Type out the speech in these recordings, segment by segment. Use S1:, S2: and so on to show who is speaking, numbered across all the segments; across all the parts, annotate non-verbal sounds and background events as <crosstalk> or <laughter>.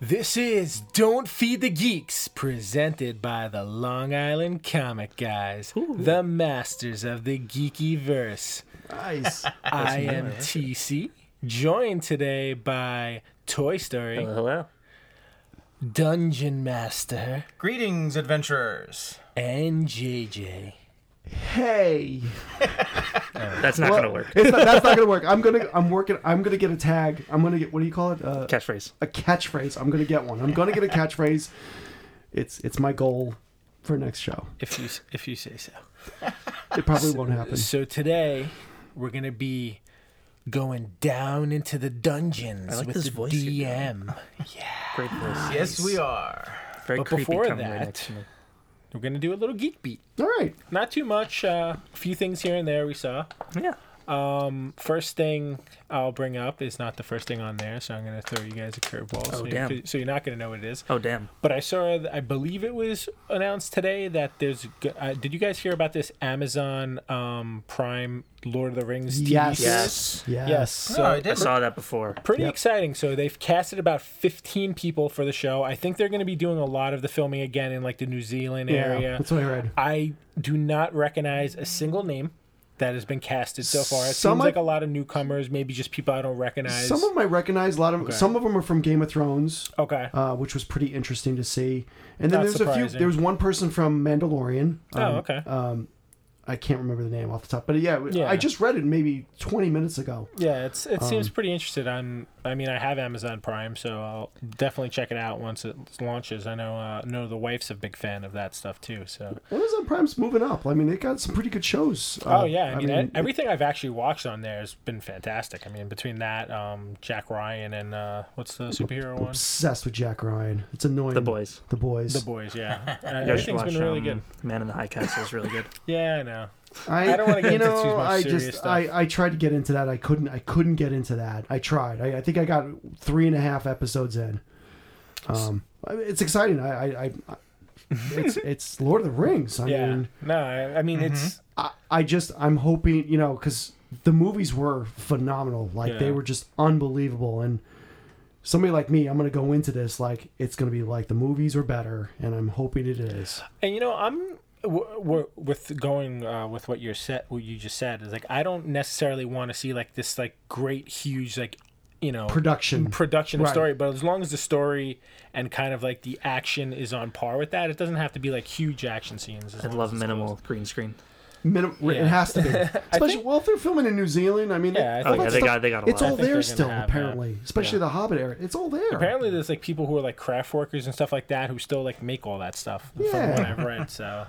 S1: This is Don't Feed the Geeks, presented by the Long Island Comic Guys, the masters of the geeky verse.
S2: <laughs> Nice.
S1: I am TC, joined today by Toy Story,
S3: Hello.
S1: Dungeon Master,
S4: Greetings, adventurers.
S1: and JJ.
S2: hey.
S3: That's not gonna work.
S2: It's not, that's not gonna work. I'm gonna. I'm working. I'm gonna get a tag. I'm gonna get. What do you call it? Uh,
S3: Catchphrase.
S2: a catchphrase. I'm gonna get one. I'm gonna get a catchphrase. It's it's my goal for next show.
S1: If you if you say so.
S2: It probably won't happen.
S1: So today we're gonna be going down into the dungeons
S3: I like
S1: with
S3: this
S1: the
S3: voice you're
S1: DM.
S3: Great voice.
S4: Yes, we are.
S3: Very
S1: But
S3: creepy
S1: before
S3: coming right
S1: that-
S3: next to me.
S1: We're gonna do a little geek beat.
S2: All right.
S1: Not too much. Uh, a few things here and there we saw.
S3: Yeah.
S1: Um, first thing I'll bring up is not the first thing on there, so I'm gonna throw you guys a curveball.
S3: Oh,
S1: so, You,
S3: damn.
S1: so you're not gonna know what it is.
S3: Oh damn.
S1: But I saw, I believe it was announced today that there's. g- Uh, did you guys hear about this Amazon um, Prime Lord of the Rings? TV
S2: Yes.
S1: series?
S3: Yes.
S2: Yes.
S1: Yes. So
S4: I
S3: I
S4: did.
S3: saw that before.
S1: pretty
S2: Yep.
S1: exciting. So they've casted about 15 people for the show. I think they're going to be doing a lot of the filming again in like the New Zealand
S2: Yeah.
S1: area.
S2: That's what I read.
S1: I do not recognize a single name that has been casted so far. It
S2: Some
S1: seems
S2: of-
S1: like a lot of newcomers, maybe just people I don't recognize.
S2: Some of them I recognize. A lot of some of them are from Game of Thrones,
S1: okay.
S2: uh, which was pretty interesting to see. And then
S1: Not
S2: there's a few.
S1: surprising.
S2: There was one person from Mandalorian.
S1: oh,
S2: Um,
S1: okay.
S2: I can't remember the name off the top, but yeah,
S1: Yeah.
S2: I just read it maybe 20 minutes ago.
S1: yeah, it's it seems
S2: Um,
S1: pretty interested. I'm. I mean, I have Amazon Prime, so I'll definitely check it out once it launches. I know. Uh, know the wife's a big fan of that stuff too. So.
S2: Amazon Prime's moving up. I mean, they got some pretty good shows. Uh,
S1: Oh yeah, I mean, e
S2: it-
S1: everything I've actually watched on there has been fantastic. I mean, between that, um, Jack Ryan, and uh, what's the superhero one?
S2: obsessed with Jack Ryan. It's annoying.
S3: The boys.
S2: The boys.
S1: The Boys.
S2: <laughs>
S1: Yeah, Uh,
S3: You guys should
S1: everything's
S3: watch
S1: been really
S3: um,
S1: good.
S3: Man in the High Castle is really good.
S1: Yeah, I know.
S2: I,
S1: I don't wanna get
S2: you
S1: into
S2: know,
S1: too much
S2: I
S1: serious
S2: just
S1: stuff.
S2: I, I tried to get into that. I couldn't. I couldn't get into that. I tried. I, I think I got three and a half episodes in. Um, I- it's exciting. I, I, I it's <laughs> it's Lord of the Rings. I
S1: Yeah,
S2: mean, mm-hmm.
S1: no, I, I mean it's
S2: I, I just I'm hoping you know because the movies were phenomenal. Like they
S1: Yeah.
S2: were just unbelievable. And somebody like me, I'm gonna go into this like it's gonna be like the movies were better, and I'm hoping it is.
S1: And you know, I'm w- w- with going uh, with what you're set, what you just said is like I don't necessarily want to see like this like great huge like you know
S2: Production.
S1: production of
S2: Right.
S1: story, but as long as the story and kind of like the action is on par with that, it doesn't have to be like huge action scenes. as
S3: I
S1: long
S3: love
S1: as it's
S3: minimal green screen.
S2: Minim- It
S1: Yeah.
S2: has
S1: <laughs>
S2: to be, especially well, if they're filming in New Zealand. I mean,
S1: Yeah, I
S2: all
S1: think-
S2: that
S3: Oh, yeah, they got- they got a
S2: It's
S3: lot.
S2: all
S3: I
S1: think they're
S2: there
S1: gonna
S2: still,
S1: have that.
S2: apparently, especially the Hobbit area. It's all there.
S1: <laughs> Apparently, there's like people who are like craft workers and stuff like that who still like make all that stuff from
S2: Yeah.
S1: what I've read. So,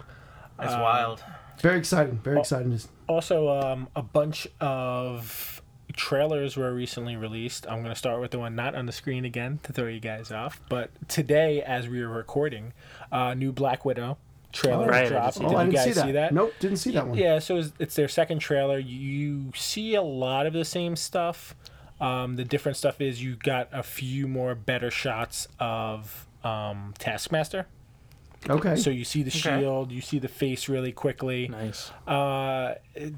S4: That's wild.
S2: Very exciting.
S1: Oh.
S2: Very exciting.
S1: also um, a bunch of trailers were recently released. I'm gonna start with the one not on the screen again to throw you guys off. But today, as we were recording, uh, new Black Widow trailer
S3: Right, I
S1: dropped.
S3: did
S1: Did
S2: Oh, I
S1: you
S2: didn't
S1: guys
S2: see that.
S1: see that?
S2: Nope, didn't see that one.
S1: Yeah, so it's- it's their second trailer. You see a lot of the same stuff. Um, the different stuff is you got a few more better shots of um, Taskmaster.
S2: Okay.
S1: So you see the
S3: Okay.
S1: shield, you see the face really quickly.
S3: Nice.
S1: Uh, d-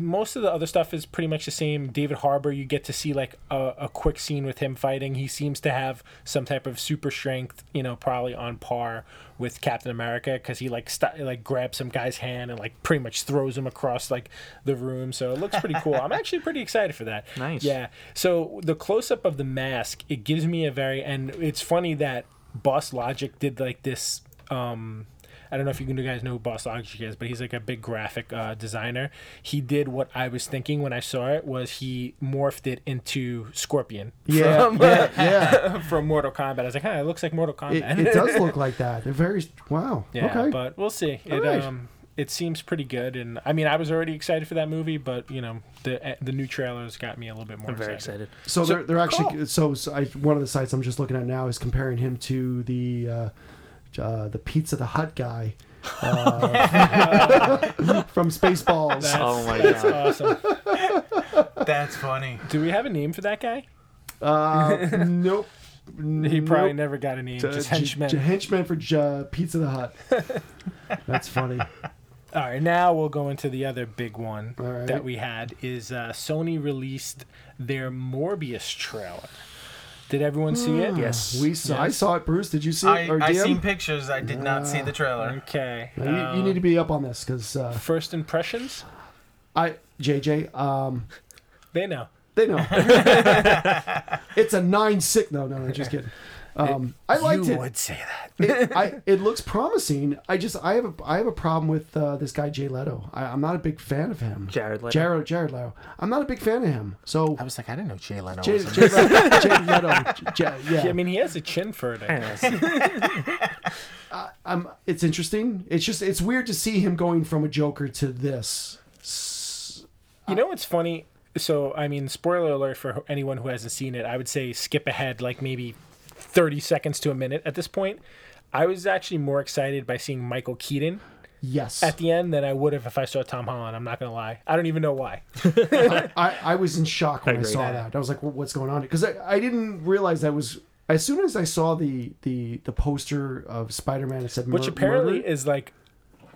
S1: most of the other stuff is pretty much the same. David Harbour, you get to see like a, a quick scene with him fighting. He seems to have some type of super strength, you know, probably on par with Captain America because he like st- like grabs some guy's hand and like pretty much throws him across like the room. So it looks pretty cool. I'm actually pretty excited for that.
S3: Nice.
S1: Yeah. So the close up of the mask, it gives me a very and it's funny that Boss Logic did like this um I don't know if you guys know who Boss Logic is, but he's like a big graphic uh, designer. He did what I was thinking when I saw it was he morphed it into Scorpion
S2: yeah,
S1: from,
S2: yeah, yeah.
S1: <laughs> from Mortal Kombat. I was like, huh, it looks like Mortal Kombat.
S2: It, it does look like that. They're very wow.
S1: <laughs> yeah,
S2: okay.
S1: but we'll see. It,
S2: Alright.
S1: um, it seems pretty good, and I mean, I was already excited for that movie, but you know, the eh, the new trailers got me a little bit more.
S3: I'm very
S1: excited.
S3: excited.
S2: so, they're they're actually
S1: cool.
S2: so, so I, one of the sites I'm just looking at now is comparing him to the uh, uh, the Pizza the Hut guy. Uh, from Spaceballs.
S3: Oh my
S1: That's
S3: god.
S1: awesome.
S4: That's funny.
S1: Do we have a name for that guy?
S2: Uh, nope.
S1: He probably
S2: Nope.
S1: never got a name.
S2: Uh,
S1: just
S2: j-
S1: henchman.
S2: j- henchman for J- Pizza the Hut. That's funny.
S1: All right, now we'll go into the other big one
S2: All right.
S1: that we had is uh, Sony released their Morbius trailer. Did everyone see
S2: Hmm.
S1: it?
S3: Yes.
S2: We saw. I saw it, Bruce. Did you <laughs> see
S4: I,
S2: it or
S4: I
S2: DM?
S4: seen pictures. I did not see the trailer.
S1: Okay.
S2: Now, you- you, need to be up on this because uh,
S1: First impressions?
S2: I JJ. Um,
S1: They know. <laughs>
S2: They know. it's a nine six. No, no, no. Just kidding. Um, I liked
S1: you
S2: it.
S1: would say that.
S2: It, I, it looks promising. I just I have a I have a problem with uh, this guy Jay Leto. I, I'm not a big fan of him.
S3: Jared Leto.
S2: Jared Jared Leto. I'm not a big fan of him. So
S4: I was like, I didn't know Jay Leno
S2: Jay,
S4: was in
S2: Jay, Leto, Jay Leto. J- yeah.
S1: I mean, he has a chin for it. I guess.
S3: Anyways,
S2: um, it's interesting. It's just it's weird to see him going from a Joker to this. S-
S1: You know what's funny? So, I mean, spoiler alert for anyone who hasn't seen it, I would say skip ahead like maybe 30 seconds to a minute at this point. I was actually more excited by seeing Michael Keaton
S2: Yes,
S1: at the end than I would have if I saw Tom Holland. I'm not going to lie. I don't even know why.
S2: I, I was in shock when I,
S3: agree.
S2: saw that. I was like, "Wha- "What's going on?" Because I, I didn't realize that was as soon as I saw the the the poster of Spider Man. It said
S1: Which
S2: mur-
S1: apparently
S2: murder.
S1: is like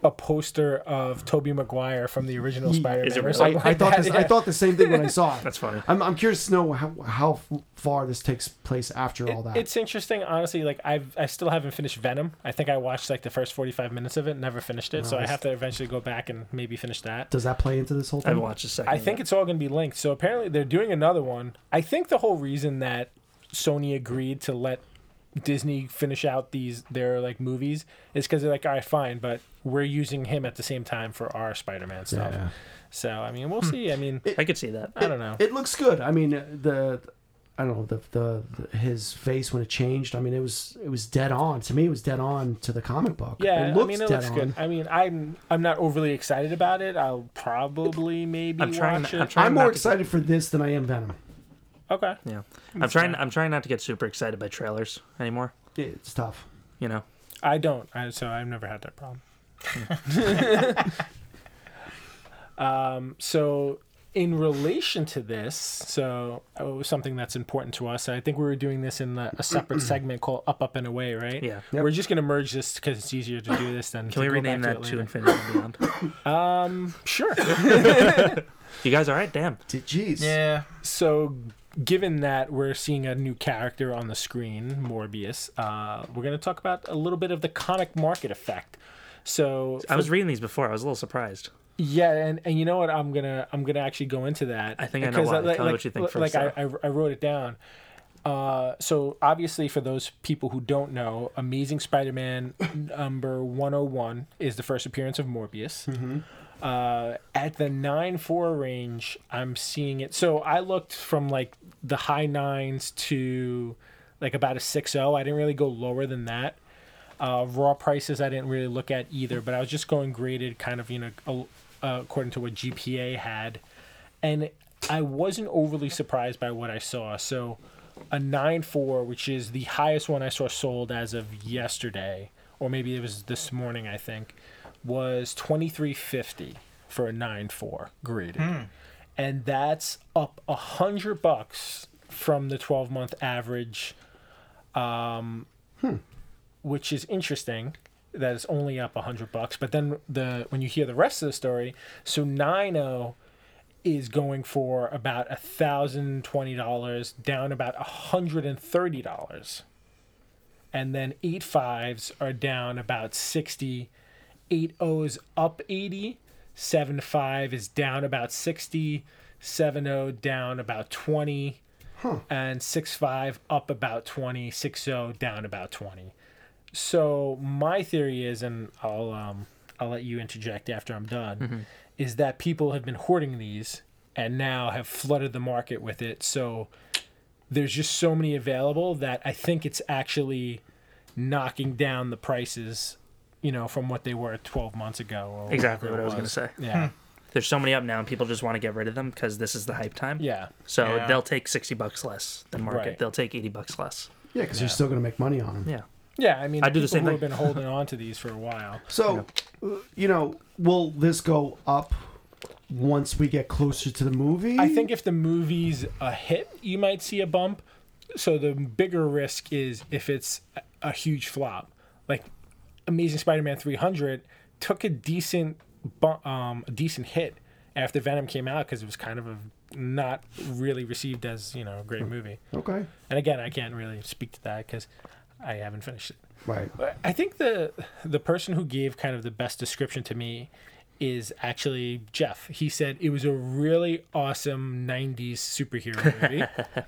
S1: a poster of Tobey Maguire from the original
S2: Ye-
S1: Spider-Man.
S3: Is it
S1: or
S3: really?
S1: something
S2: I, I
S1: like
S2: thought
S1: that, <laughs>
S2: this,
S1: yeah.
S2: I thought the same thing when I saw it.
S3: <laughs> That's funny.
S2: I'm, I'm curious to know how, how far this takes place after all that.
S1: It's interesting, honestly. Like I've, I still haven't finished Venom. I think I watched like the first forty-five minutes of it, never finished it. so I
S2: Nice.
S1: have to eventually go back and maybe finish that.
S2: Does that play into this whole
S3: I
S2: thing?
S3: haven't watched a second.
S1: I
S3: of
S1: think
S3: it.
S1: it's all going to be linked. So apparently they're doing another one. I think the whole reason that Sony agreed to let Disney finish out these their like movies is because they're like, all right, fine, but we're using him at the same time for our Spider-Man stuff.
S2: Yeah.
S1: So I mean, we'll see. I mean,
S3: I could see that.
S1: I don't
S3: <laughs>
S1: know.
S2: It looks good. I mean, the I don't know the, the the his face when it changed. I mean, it was it was dead on to me. It was dead on to the comic book.
S1: Yeah,
S2: it
S1: I mean it looks good. I mean, I'm I'm not overly excited about it. I'll probably maybe
S3: I'm trying.
S1: watch
S3: I'm
S1: it.
S3: trying.
S2: I'm
S3: not
S2: more
S3: to get-
S2: excited for this than I am Venom.
S1: okay.
S3: Yeah, I'm trying. I'm trying not to get super excited by trailers anymore.
S2: It's tough.
S3: You know,
S1: I don't. I, so I've never had that
S3: <laughs>
S1: problem. um, so in relation to this, so oh, something that's important to us. I think we were doing this in a, a
S3: <clears throat>
S1: separate segment called "Up, Up and Away," right?
S3: Yeah.
S1: We're just gonna merge this because it's easier to do this than.
S3: can we rename that to Infinity and Beyond?
S1: Um,
S3: <laughs>
S1: sure.
S3: You guys, all right? Damn.
S2: T- Jeez.
S4: Yeah.
S1: so given that we're seeing a new character on the screen morbius uh, we're going to talk about a little bit of the comic market effect so
S3: I was reading these before. I was a little surprised.
S1: yeah and, and you know what i'm gonna i'm gonna actually go into that
S3: I think I know
S1: because,
S3: why.
S1: uh, like,
S3: Tell me
S1: like-
S3: what you think
S1: like
S3: first,
S1: I, I, I wrote it down uh, so obviously for those people who don't know amazing spider-man number 101 is the first appearance of morbius
S3: Mm-hmm.
S1: uh, at the 9-4 range i'm seeing it so i looked from like the high nines to like about a 6-0 i didn't really go lower than that uh, raw prices i didn't really look at either but i was just going graded kind of you know al- uh, according to what gpa had and i wasn't overly surprised by what i saw so a 9-4 which is the highest one i saw sold as of yesterday or maybe it was this morning i think was 2350 for a 9-4 graded and that's up a hundred bucks from the 12 month average which is interesting that it's only up 100 bucks but then the when you hear the rest of the story so 90 is going for about a thousand twenty dollars down about a hundred and thirty dollars and then eight fives are down about 60 eight o's up 80 seven five is down about 60 seven o down about 20 and six five up about 20 six o down about 20 so my theory is, and I'll um, I'll let you interject after I'm done,
S3: Mm-hmm.
S1: is that people have been hoarding these and now have flooded the market with it. So there's just so many available that I think it's actually knocking down the prices, you know, from what they were 12 months ago. Or
S3: Exactly what
S1: whatever
S3: I
S1: it
S3: was gonna say. Hmm.
S1: Yeah,
S3: There's so many up now, and people just want to get rid of them because this is the hype time.
S1: yeah,
S3: So
S4: Yeah.
S3: they'll take sixty bucks less than market.
S1: Right.
S3: They'll take eighty bucks less.
S2: Yeah, because you're still going to make money on them.
S3: Yeah.
S1: yeah. I mean,
S3: I do the
S1: people
S3: same
S1: who
S3: thing.
S1: have been
S3: <laughs>
S1: holding on to these for a while.
S2: So, uh, you know, will this go up once we get closer to the movie?
S1: I think if the movie's a hit, you might see a bump. So the bigger risk is if it's a- a huge flop. Like Amazing Spider-Man 300 took a decent bu- um a decent hit after Venom came out because it was kind of a, not really received as you know a great movie.
S2: Okay.
S1: And again, I can't really speak to that because I haven't finished it.
S2: Right.
S1: But I think the the person who gave kind of the best description to me is actually Jeff. He said it was a really awesome '90s superhero
S2: <laughs>
S1: movie,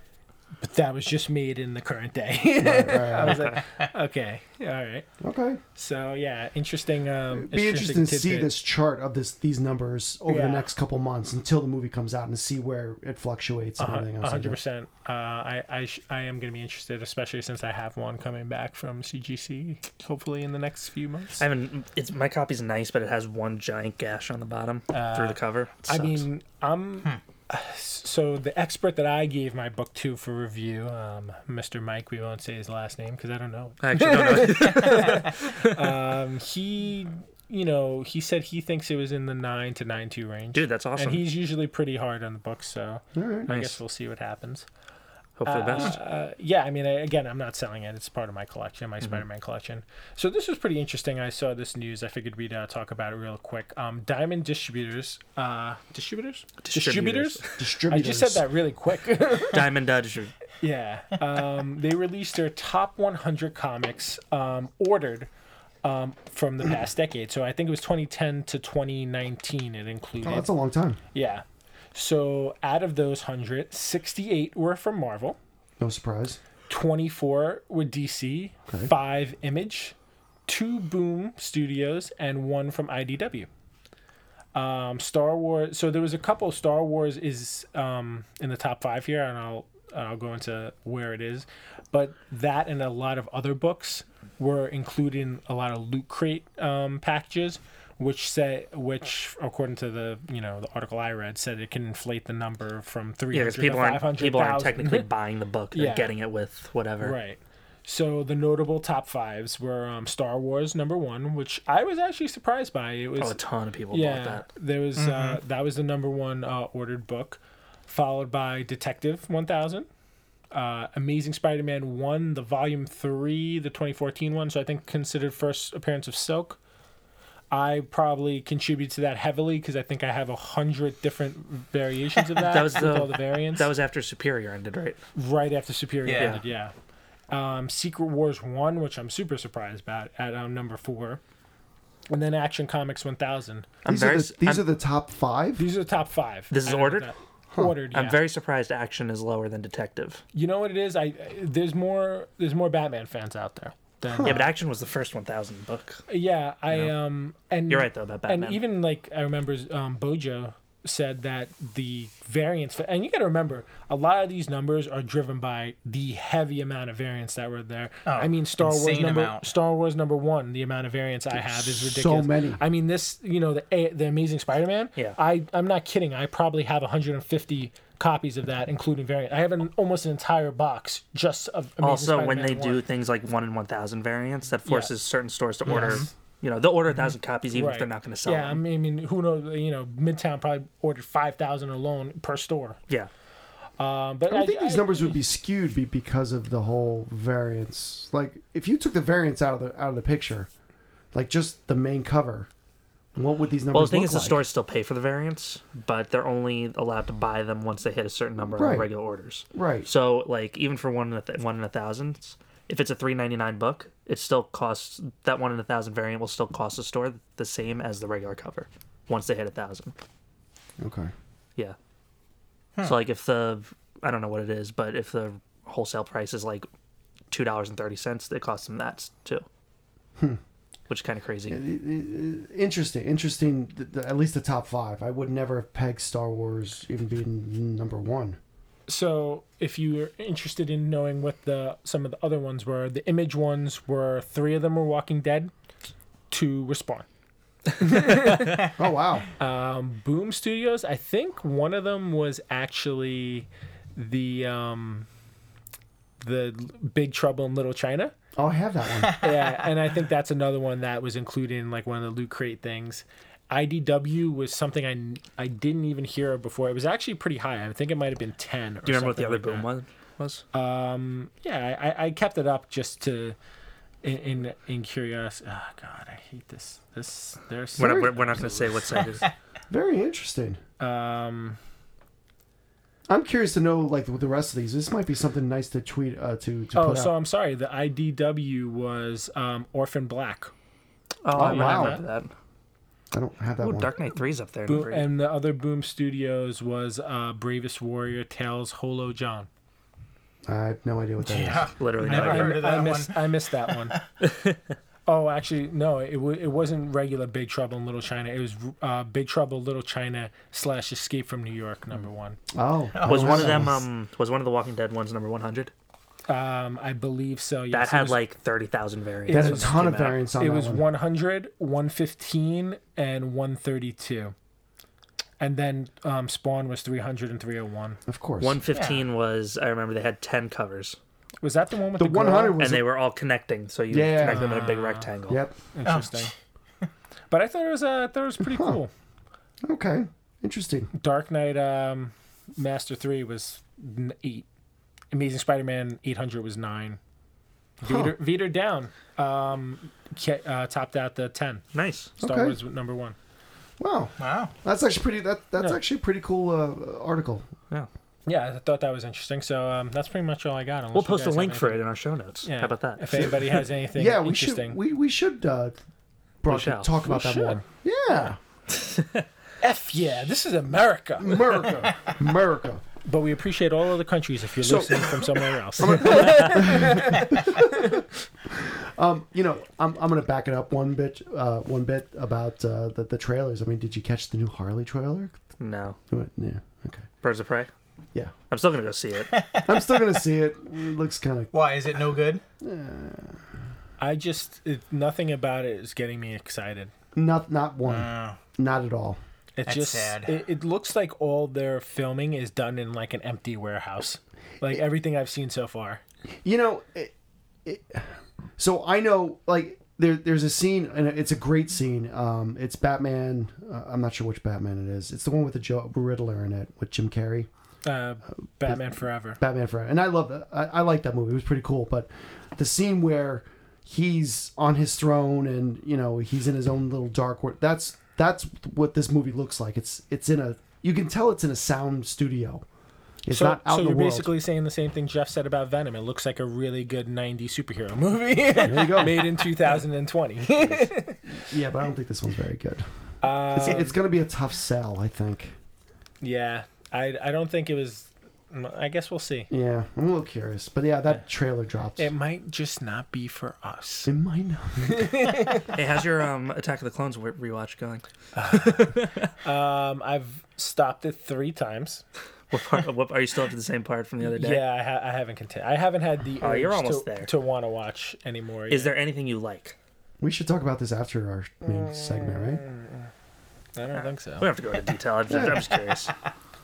S1: but that was just made in the current day. <laughs> I was like, <laughs> okay, all right.
S2: Okay.
S1: So yeah, interesting. Um,
S2: Be interesting to see
S1: tidbit.
S2: this chart of this these numbers over
S1: Yeah.
S2: the next couple months until the movie comes out and see where it fluctuates and everything
S1: Uh-huh, A
S2: else. like
S1: hundred
S2: that.
S1: percent. Uh, I I, sh- I am going to be interested, especially since I have one coming back from CGC, hopefully in the next few months.
S3: I haven't. It's my copy's nice, but it has one giant gash on the bottom through the cover. It
S1: Uh, I
S3: sucks. Hmm.
S1: mean, I'm so the expert that I gave my book to for review, um, Mr. Mike. We won't say his last name because I don't
S3: <laughs>
S1: know.
S3: I actually don't
S1: <laughs>
S3: know.
S1: Um, he, you know, he said he thinks it was in the nine to nine two range,
S3: Dude, that's awesome.
S1: and he's usually pretty hard on the books. So
S2: All right.
S1: I
S3: Nice.
S1: guess we'll see what happens.
S3: Hopefully,
S1: <laughs>
S3: best.
S1: Uh, yeah, I mean, I, again, I'm not selling it. It's part of my collection,
S3: Mm-hmm.
S1: my Spider-Man collection. So this was pretty interesting. I saw this news. I figured we'd uh, talk about it real quick. Um, Diamond Distributors, uh, distributors,
S3: Distributors.
S1: I
S2: Distributors.
S1: just said that really quick. <laughs>
S3: Diamond Dodge.
S1: yeah, um, they released their top 100 comics um, ordered um, from the past decade. So I think it was 2010 to 2019. It included,
S2: Oh, that's a long time.
S1: yeah. So out of those 100, 68 were from Marvel.
S2: No surprise.
S1: 24 with DC, 5 Image, 2 Boom Studios, and 1 from IDW. Um, Star Wars. So there was a couple. Star Wars is um, in the top five here, and I'll I'll go into where it is. But that and a lot of other books were included in a lot of loot crate um, packages, which say which according to the you know the article I read said it can inflate the number from three
S3: Yeah, because
S1: hundred
S3: people
S1: to five
S3: aren't
S1: hundred
S3: people aren't
S1: thousand. <laughs>
S3: technically buying the book. They're
S1: Yeah.
S3: getting it with whatever.
S1: Right. So the notable top fives were um, Star Wars number one, which I was actually surprised by. It was
S3: Oh, a ton of people
S1: yeah,
S3: bought that.
S1: there was uh, that was the number one uh, ordered book, followed by Detective One Thousand, uh, Amazing Spider-Man One, the Volume Three, the 2014 one. So I think considered first appearance of Silk. I probably contribute to that heavily because I think I have a hundred different variations
S3: <laughs>
S1: of that,
S3: That was
S1: with
S3: the-
S1: all the variants
S3: That was after Superior ended, right?
S1: right after Superior
S4: Yeah.
S1: ended, yeah. Um, Secret Wars 1, which I'm super surprised about, at um, number 4. And then Action Comics 1000.
S3: I'm
S2: these
S3: very.
S2: are
S3: su-
S2: the, these
S3: I'm-
S2: are the top five.
S1: These are the top five.
S3: This is
S1: I don't
S3: ordered?
S1: know that- Ordered, yeah.
S3: I'm very surprised action is lower than detective.
S1: you know what it is? I I- there's more there's more Batman fans out there. Than,
S3: Yeah, but action was the first 1000 book.
S1: yeah, I um and
S3: You're right though about Batman.
S1: And even like I remember um, Bojo said that the variance, and you got to remember, a lot of these numbers are driven by the heavy amount of variance that were there.
S3: Oh,
S1: I mean, Star Wars
S4: insane
S1: number
S4: amount.
S1: Star Wars number one, the amount of variance I have is
S2: so
S1: ridiculous.
S2: many.
S1: I mean, this you know the A- the Amazing Spider Man.
S3: Yeah.
S1: I I'm not kidding. I probably have 150 copies of that, including variant. I have an almost an entire box just of Amazing
S3: also when
S1: Spider-Man
S3: they do
S1: 1.
S3: things like 1 in 1000 variants that forces certain stores to order, you know, they'll order a 1000 copies even if they're not going to sell
S1: Mm-hmm. yeah, I
S3: them.
S1: mean, I mean, who knows? You know, Midtown probably ordered five thousand alone per store.
S3: yeah.
S1: Um, but
S2: I would think these numbers would be skewed be because of the whole variance. Like if you took the variance out of the out of the picture, like just the main cover, what would these numbers
S3: Well, the thing
S2: look
S3: is,
S2: like?
S3: the stores still pay for the variants, but they're only allowed to buy them once they hit a certain number
S2: Right.
S3: of regular orders.
S2: Right.
S3: So, like, even for one in a th- one in a thousand, if it's a three ninety nine book, it still costs that one in a thousand variant will still cost the store the same as the regular cover once they hit a thousand.
S2: Okay.
S3: Yeah. So like if the I don't know what it is, but if the wholesale price is like two dollars and thirty cents, it costs them that too.
S2: Hmm.
S3: Which is kind of crazy.
S2: Interesting. Interesting. th th- at least the top five. I would never have pegged Star Wars even being number one.
S1: So, if you're interested in knowing what the some of the other ones were, the image ones were three of them were Walking Dead, two were Spawn.
S2: Oh
S3: <laughs>
S2: wow.
S1: Um, Boom Studios, I think one of them was actually the um, the Big Trouble in Little China.
S2: Oh, I have that one.
S1: yeah, and I think that's another one that was included in like one of the loot crate things. IDW was something I, I didn't even hear of before. It was actually pretty high. I think it might have been ten. Or
S3: Do you remember what the other boom
S1: was?
S3: one was?
S1: Um, yeah, I- I, I kept it up just to in in, in curiosity. Oh God, I hate this. This there's
S2: <laughs>
S3: Oh, we're, not, we're, we're not going to say what site it is.
S2: Very interesting.
S1: Um,
S2: I'm curious to know like the rest of these. This might be something nice to tweet uh, to to
S1: oh,
S2: put
S1: so
S2: out.
S1: I'm sorry. The IDW was um, Orphan Black,
S3: Oh, I
S2: wow.
S3: remember that.
S2: I don't have that
S3: Oh,
S2: one.
S3: Dark Knight 3's up there. in
S1: Boom,
S3: grade.
S1: and the other Boom Studios was uh, Bravest Warrior Tales Holo John.
S2: I have no idea what that is.
S4: Yeah.
S3: Literally
S4: Never
S3: no idea.
S4: heard
S1: I,
S4: of that
S1: I missed I missed that one. oh, actually, no, it, w- it wasn't regular Big Trouble in Little China. It was uh, Big Trouble Little China slash Escape from New York number one.
S2: Oh, I
S3: Was
S2: don't have
S3: one of
S2: that
S3: them um was one of the Walking Dead ones number 100?
S1: Um, I believe so. Yes,
S3: That
S1: it
S3: had
S1: was-
S3: like 30,000 variants.
S2: They had
S3: when
S2: a
S3: that
S2: ton of
S3: came out.
S2: variants on
S1: it
S2: that
S1: was
S2: one.
S1: 100, 115, and 132. And then um, Spawn was 300 and 301.
S2: Of course.
S3: 115 was I remember they had 10 covers
S1: Was that the one with
S2: the
S1: the, girl?
S2: 100 was
S3: and they were all connecting so you
S2: Yeah.
S3: connect them in a big rectangle.
S2: <laughs> Yep.
S1: Interesting. but I thought it was uh, I thought it was pretty
S2: Huh.
S1: cool.
S2: Okay. Interesting.
S1: Dark Knight um, Master 3 was n- 8. Amazing Spider-Man 800 was 9. Vader, Vader down. Um, ca- uh, topped out the 10.
S3: Nice.
S1: Star
S2: Okay.
S1: Wars number 1.
S2: Wow.
S4: Wow.
S2: That's actually pretty. That that's
S1: Yeah.
S2: actually a pretty cool uh, article.
S3: Yeah.
S1: Yeah, I thought that was interesting. So um, that's pretty much all I got.
S3: We'll post a link for it in our show notes. How about that?
S1: If anybody
S3: <laughs>
S1: has anything
S2: yeah, we
S1: interesting.
S2: should. We we should uh, broad-
S3: We shall.
S2: talk about
S1: We
S2: that
S1: should.
S2: more. Yeah.
S1: F yeah, this is America.
S2: America. <laughs> America.
S1: But we appreciate all other countries if you're
S2: So-
S1: listening from somewhere else.
S2: Um, you know, I'm, I'm gonna back it up one bit, uh, one bit about uh, the the trailers. I mean, did you catch the new Harley trailer?
S3: No.
S2: What? Yeah. Okay.
S3: Birds of Prey.
S2: Yeah.
S3: I'm still going to go
S1: <laughs>
S3: see it.
S2: I'm still gonna see it. It looks kind of.
S4: Why is it no good?
S1: I just it, nothing about it is getting me excited.
S2: Not not one.
S4: Oh.
S2: Not at all.
S1: It
S4: That's
S1: just
S4: sad.
S1: It, it looks like all their filming is done in like an empty warehouse. Like everything I've seen so far.
S2: You know, it, it, so I know like there, there's a scene, and it's a great scene. Um, it's Batman. Uh, I'm not sure which Batman it is. It's the one with the Joe Riddler in it with Jim Carrey.
S1: Uh, Batman Forever.
S2: Batman Forever, and I love that. I, I like that movie. It was pretty cool. But the scene where he's on his throne and you know he's in his own little dark world. That's that's what this movie looks like. It's it's in a you can tell it's in a sound studio. It's
S1: so
S2: not out
S1: so
S2: in the
S1: you're
S2: world.
S1: basically saying the same thing Jeff said about Venom. It looks like a really good 90s superhero movie. <laughs>
S2: you go.
S1: Made in <laughs> 2020.
S2: Yeah, but I don't think this one's very good. it's,
S1: Um,
S2: it's going to be a tough sell, I think.
S1: Uh, yeah. I, I don't think it was. I guess we'll see.
S2: Yeah, I'm a little curious, but yeah, that trailer drops.
S1: It
S2: It,
S1: might just not be for us.
S2: might not.
S3: hey, how's your um Attack of the Clones re- rewatch going?
S1: Um, I've stopped it three times.
S3: What part, what, are you still up to the same part from the other day?
S1: Yeah, I, ha- I haven't continued. I haven't had the
S3: Oh,
S1: urge
S3: you're almost
S1: to,
S3: there.
S1: to want to watch anymore.
S3: Is there anything you like?
S2: We should talk about this after our main segment, right?
S1: there? I don't think
S3: We
S1: so.
S3: don't have to go into detail. I'm just, I'm just curious.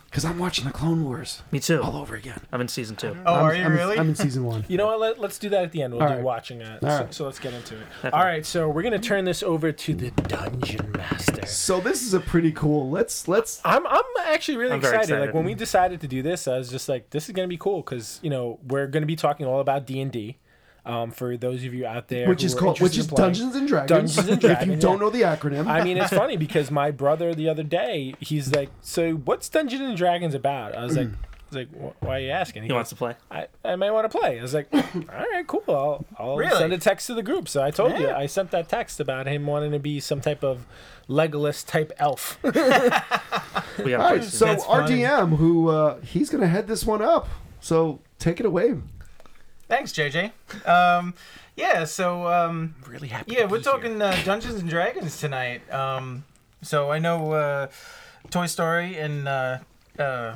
S2: Because I'm watching the Clone Wars
S3: Me too.
S2: all over again.
S3: I'm in season two.
S4: Oh,
S2: I'm,
S4: are you
S2: I'm-
S4: really?
S2: I'm in season one.
S1: You know what? Let, let's do that at the end. We'll
S2: All
S1: do
S2: right.
S1: watching it.
S2: All
S1: so,
S2: right.
S1: so let's get into it. All right. So we're gonna turn this over to the dungeon master.
S2: So this is a pretty cool. Let's let's.
S1: I'm I'm actually really
S3: I'm very
S1: excited. Like
S3: excited.
S1: when we decided to do this, I was just like, this is gonna be cool because you know we're gonna be talking all about D and D. Um, for those of you out there,
S2: Which
S1: who
S2: is
S1: are
S2: called which
S1: interested
S2: is
S1: in playing.
S2: Dungeons and Dragons.
S1: Dungeons and
S2: <laughs> if you
S1: Dragon,
S2: don't
S1: yeah.
S2: know the acronym,
S1: I mean, it's funny because my brother the other day, he's like, "So what's Dungeons and Dragons about?" I was
S2: <clears throat>
S1: like, "I was like, "Wh- why are you asking?"
S3: He wants to play.
S1: I, I might want to play. I was like, <coughs> all right, cool. I'll, I'll
S4: Really?
S1: send a text to the group. So I told you, I sent that text about him wanting to be some type of Legolas type elf.
S3: We
S2: all
S3: got
S2: right.
S3: places.
S2: So
S4: That's
S2: our
S4: funny.
S2: DM, who uh, he's going to head this one up. So take it away.
S4: Thanks, JJ. Um, yeah, so um,
S1: <laughs> really happy.
S4: yeah,
S1: to
S4: we're
S1: be here.
S4: talking uh, Dungeons and Dragons tonight. Um, so I know uh, Toy Story and uh, uh,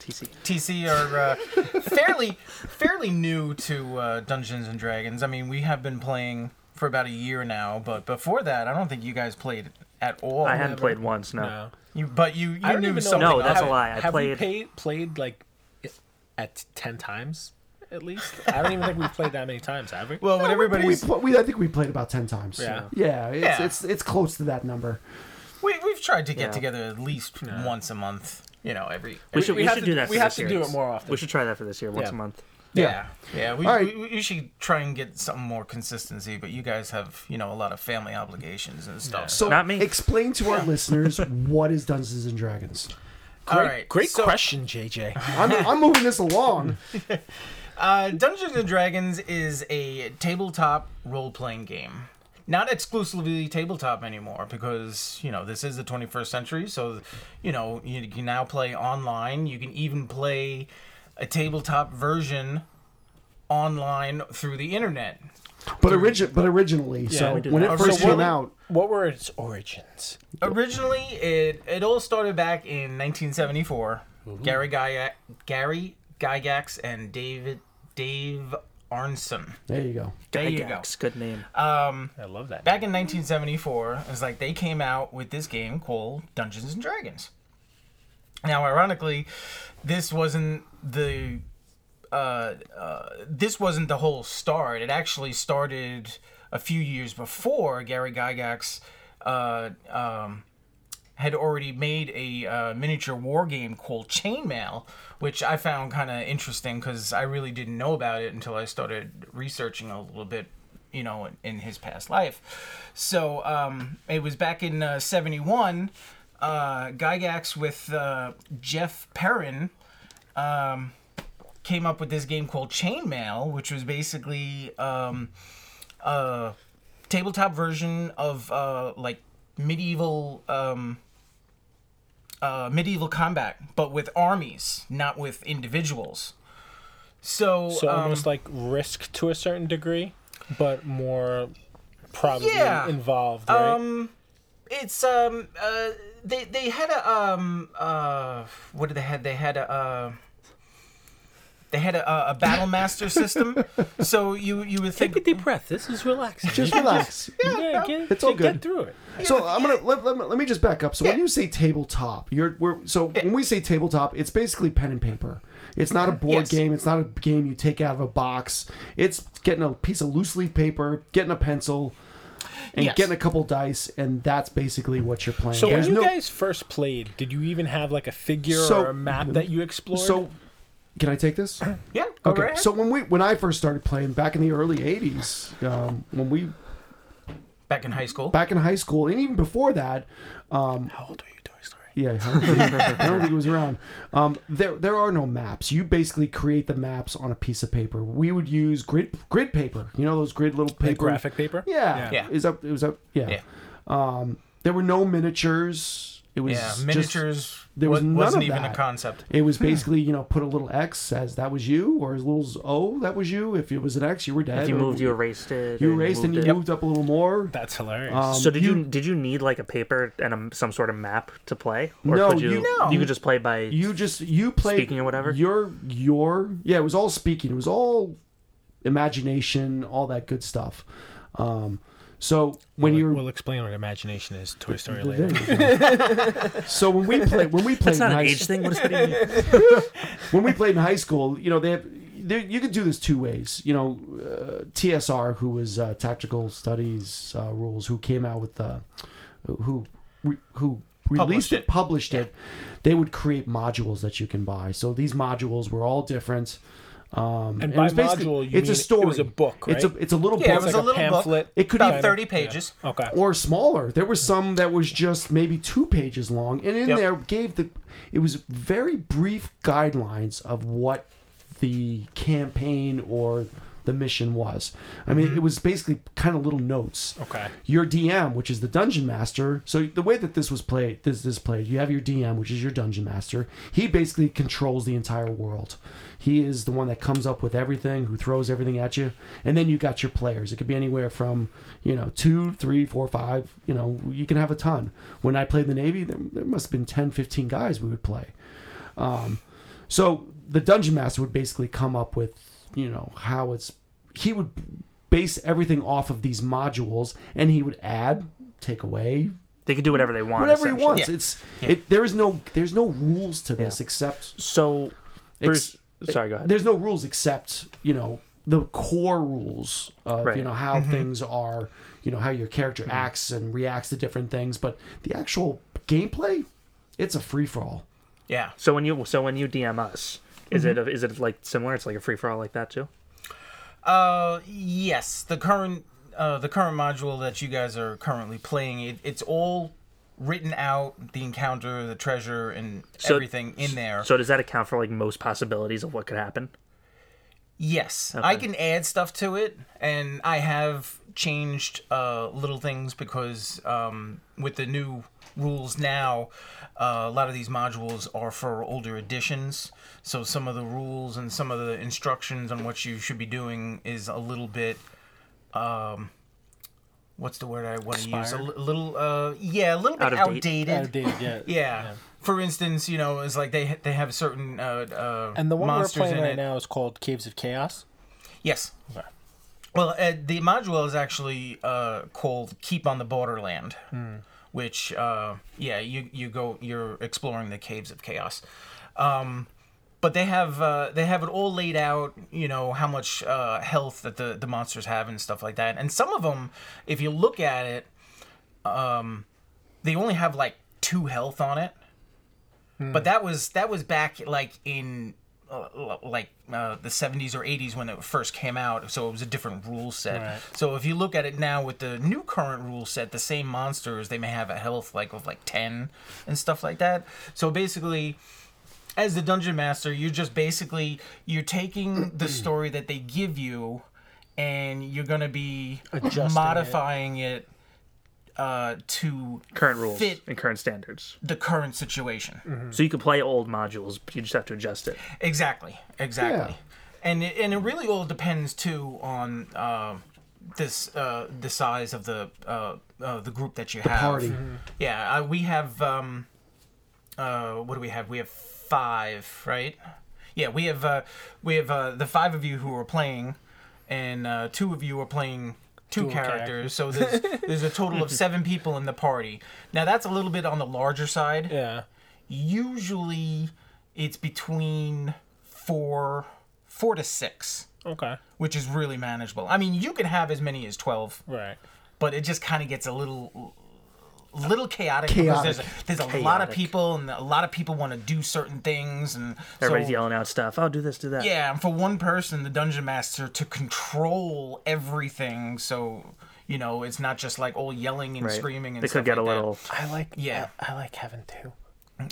S3: TC.
S4: TC are uh, fairly fairly new to uh, Dungeons and Dragons. I mean, we have been playing for about a year now, but before that, I don't think you guys played at all.
S3: I hadn't played once. No.
S1: No,
S4: You, but you,
S1: I
S4: you
S1: don't
S4: knew
S1: even know.
S4: something.
S3: No, that's
S4: of
S3: a
S4: it.
S3: lie. I
S1: have we
S3: played.
S1: pay, played like at ten times at
S4: <laughs>
S1: least? I don't even think we've played that many times, have we?
S4: Well, when
S2: we,
S4: everybody's
S2: pl- we I think we played about ten times.
S1: Yeah.
S2: Yeah. It's
S4: Yeah.
S2: it's it's close to that number.
S4: we, we've tried to get
S3: Yeah.
S4: together at least once a month. You know, every
S3: We should,
S1: we
S3: we,
S1: have
S3: should
S1: to-
S3: do that.
S1: we
S3: for
S1: have
S3: this
S1: to do
S3: year's.
S1: it more often.
S3: We should try that for this year, once
S1: Yeah.
S3: a month.
S4: Yeah, yeah. We,
S2: All right.
S4: we, we should try and get something more consistency, but you guys have you know a lot of family obligations and stuff.
S2: So
S3: Not me.
S2: explain to our listeners what is Dungeons and Dragons.
S1: Great,
S4: All right,
S1: great
S4: so-
S1: question,
S4: <laughs>
S1: JJ.
S2: I'm, I'm moving this along.
S4: Uh, Dungeons and Dragons is a tabletop role playing game. Not exclusively tabletop anymore because, you know, this is the 21st century. So, you know, you can now play online. You can even play a tabletop version online through the internet.
S2: But origin, but originally, so
S1: we did
S2: when
S3: that.
S2: it first
S1: So what-
S2: came out,
S1: What were its origins?
S4: Originally, it, it all started back in 1974. Gary, Gygax, Gary Gygax and David Dave Arnson.
S2: there you go.
S4: There you go.
S3: Gygax, good name.
S4: Um,
S1: I love that.
S4: back in 1974 it was like they came out with this game called dungeons and dragons now ironically this wasn't the uh, uh, this wasn't the whole start it actually started a few years before gary gygax uh, um, had already made a uh, miniature war game called Chainmail, which I found kind of interesting because I really didn't know about it until I started researching a little bit, you know, in, in his past life. So um, it was back in uh, 71, uh, Gygax with uh, Jeff Perrin. Um, came up with this game called Chainmail, which was basically um, a tabletop version of uh, like medieval um, uh, medieval combat, but with armies, not with individuals. So,
S1: So
S4: um,
S1: almost like risk to a certain degree, but more probably
S4: Yeah.
S1: involved, right?
S4: um, it's um, uh, they they had a um, uh, what did they had? They had a. Uh, they had a, a- a battle master system, so you you would think
S1: Take a deep breath. This is relaxing.
S2: <laughs> Just relax.
S1: yeah, get,
S2: It's all
S1: get- get
S2: good.
S1: through it.
S2: So I'm gonna let, let, me- let me just back up. So when
S4: Yeah.
S2: you say tabletop, you're we're so when we say tabletop, it's basically pen and paper. It's not a board
S4: Yes.
S2: game. It's not a game you take out of a box. It's getting a piece of loose leaf paper, getting a pencil, and
S4: Yes.
S2: getting a couple dice, and that's basically what you're playing.
S1: So
S2: There's
S1: when you
S2: no-
S1: guys first played, did you even have like a figure
S2: So-
S1: or a map that you explored?
S2: so can I take this?
S4: yeah go
S2: Okay.
S4: right ahead.
S2: So when we when I first started playing back in the early '80s, um, when we
S4: back in high school.
S2: back in high school and even before that,
S1: how old were you, Toy Story?
S2: Yeah, I don't think- I don't think it was around. Um, there, there are no maps. You basically create the maps on a piece of paper. We would use grid, grid paper. You know those grid little paper.
S1: Like graphic paper?
S2: Yeah,
S4: Yeah.
S2: Is up. It was up. Yeah.
S4: Yeah.
S2: Um, there were no miniatures. It was
S4: yeah,
S2: just-
S4: miniatures
S2: there was
S4: was,
S2: none
S4: wasn't
S2: of
S4: even
S2: that.
S4: a concept.
S2: it was basically you know put a little X as that was you or a little O that was you. If it was an X, you were dead.
S3: If you
S2: or
S3: moved, you erased it.
S2: you erased and you
S3: moved it.
S2: moved up a little more.
S1: That's hilarious.
S2: Um,
S3: So did you, did you need like a paper and a, some sort of map to play, or
S2: No,
S3: could you
S2: you- No.
S3: you could just play by
S2: you just you played
S3: Speaking or whatever?
S2: your your yeah it was all speaking it was all imagination all that good stuff um so when
S1: we'll,
S2: you're
S1: we'll explain what imagination is Toy Story
S2: there
S1: later.
S2: you go. so when we play when we played
S3: It's not
S2: in
S3: an
S2: high,
S3: age thing. What is what do you mean?
S2: <laughs> when we played in high school you know they have there, you could do this two ways you know uh, tsr who was uh, tactical studies uh, rules who came out with uh, who re- who released
S4: Published
S2: it,
S4: it.
S2: published it they would create modules that you can buy so these modules were all different um,
S1: And
S2: it
S1: by
S2: was basically-
S1: module, you mean
S2: it's a
S1: it-
S2: story.
S1: it was a book,
S2: It's a
S1: right?
S2: it's a little
S4: Yeah, it
S2: book
S4: was
S1: It's
S4: a
S1: like a
S4: little
S1: pamphlet.
S4: book.
S2: It could
S4: about
S2: even-
S4: thirty pages.
S1: okay.
S2: or smaller. There were some that was just maybe two pages long, and in
S4: Yep.
S2: there gave the it was very brief guidelines of what the campaign or the mission was. I mean, it was basically kind of little notes.
S1: Okay.
S2: Your DM, which is the dungeon master. So the way that this was played, this this played, you have your DM, which is your dungeon master. He basically controls the entire world. He is the one that comes up with everything, who throws everything at you, and then you got your players. It could be anywhere from you know two, three, four, five. You know, you can have a ton. When I played in the navy, there, there must have been 10, 15 guys we would play. So the dungeon master would basically come up with, you know, how it's. He would base everything off of these modules, and he would add, take away,
S3: They could do whatever they want.
S2: whatever he
S3: essentially.
S2: wants.
S4: Yeah.
S2: It's it. There is no there's no rules to this except
S3: So,
S2: Ex-
S3: Bruce, sorry, go ahead.
S2: there's no rules except you know the core rules of
S3: Right. Mm-hmm.
S2: you know how things are, you know how your character acts and reacts to different things, but the actual gameplay, it's a free for
S3: <laughs>
S2: all.
S4: Yeah.
S3: So when you so when you DM us, is
S2: Mm-hmm.
S3: it a, is it like similar? It's like a free for all like that too.
S4: Uh, yes, the current uh, the current module that you guys are currently playing, it, it's all written out the encounter, the treasure, and
S3: So-
S4: everything in there.
S3: So does that account for like most possibilities of what could happen?
S4: Yes, I can add stuff to it, and I have changed uh, little things because um, with the new rules now, uh, a lot of these modules are for older editions. So some of the rules and some of the instructions on what you should be doing is a little bit. Um, what's the word I want to use? A
S1: Expired?
S4: li- little, uh, yeah, a little
S3: Out
S4: bit
S3: of date.
S4: outdated.
S1: Outdated, yeah.
S4: Yeah. For instance, you know, it's like they they have certain uh, uh,
S1: And the one
S4: monsters
S1: we're playing
S4: in
S1: right
S4: it.
S1: now is called Caves of Chaos.
S4: Yes. Well, uh, the module is actually uh, called "Keep on the Borderland," which, uh, yeah, you you go, you're exploring the caves of chaos. Um, but they have uh, they have it all laid out. You know how much uh, health that the the monsters have and stuff like that. And some of them, if you look at it, um, they only have like two health on it.
S1: Hmm.
S4: But that was that was back like in uh, l- like uh, the 70s or 80s when it first came out, so it was a different rule set.
S1: Right.
S4: So if you look at it now with the new current rule set, the same monsters they may have a health like of like 10 and stuff like that. So basically, as the dungeon master, you're just basically
S1: <clears throat>
S4: you're taking the story that they give you, and you're gonna be
S1: Adjusting it.
S4: modifying it, uh, to
S3: Current rules
S4: Fit. Mm.
S3: and current standards.
S4: the current situation.
S3: So you can play old modules, but you just have to adjust it.
S4: Exactly. Exactly. And it, and it really all depends too on uh, this uh, the size of the uh, uh, the group that you have.
S2: party.
S4: Yeah, uh, we have um, uh, what do we have? We have five, right? Yeah, we have uh, we have uh, the five of you who are playing, and uh, two of you are playing two
S1: Dual
S4: characters. So there's there's a total of seven people in the party. Now that's a little bit on the larger side
S1: Yeah.
S4: usually it's between four four to six
S1: Okay.
S4: which is really manageable i mean you can have as many as 12
S1: Right.
S4: but it just kind of gets a little little chaotic,
S2: Chaotic.
S4: because there's a, there's a lot of
S3: Chaotic.
S4: people and a lot of people want to do certain things and
S3: Everybody's
S4: so,
S3: yelling out stuff. Oh, do this, do that.
S4: yeah and for one person the dungeon master to control everything so you know it's not just like all yelling and
S3: Right.
S4: screaming and
S3: they
S4: stuff
S3: could get
S4: like
S3: a
S4: that.
S3: little.
S1: I like.
S4: Yeah.
S1: I, I like having two.
S2: I,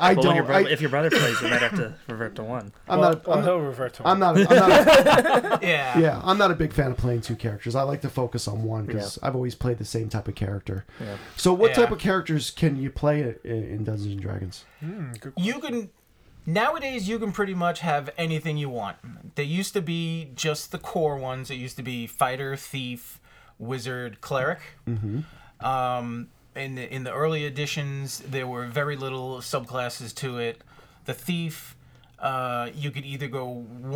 S2: I
S3: But when
S2: don't.
S3: your brother,
S2: I,
S3: if your brother plays, you might have to revert to one.
S2: I'm
S1: well,
S2: not.
S1: well,
S2: I'm not.
S1: he'll revert to one.
S2: I'm
S3: uh,
S2: not, I'm
S3: <laughs>
S2: not
S4: yeah
S2: yeah, I'm not a big fan of playing two characters. I like to focus on one because I've always played the same type of character.
S3: Yeah.
S2: So, what
S4: Yeah.
S2: type of characters can you play i- in Dungeons and Dragons?
S4: you can nowadays you can pretty much have anything you want. They used to be just the core ones. It used to be fighter, thief, wizard, cleric. Mm-hmm. Um, in the in the early editions, there were very little subclasses to it. The thief. Uh, you could either go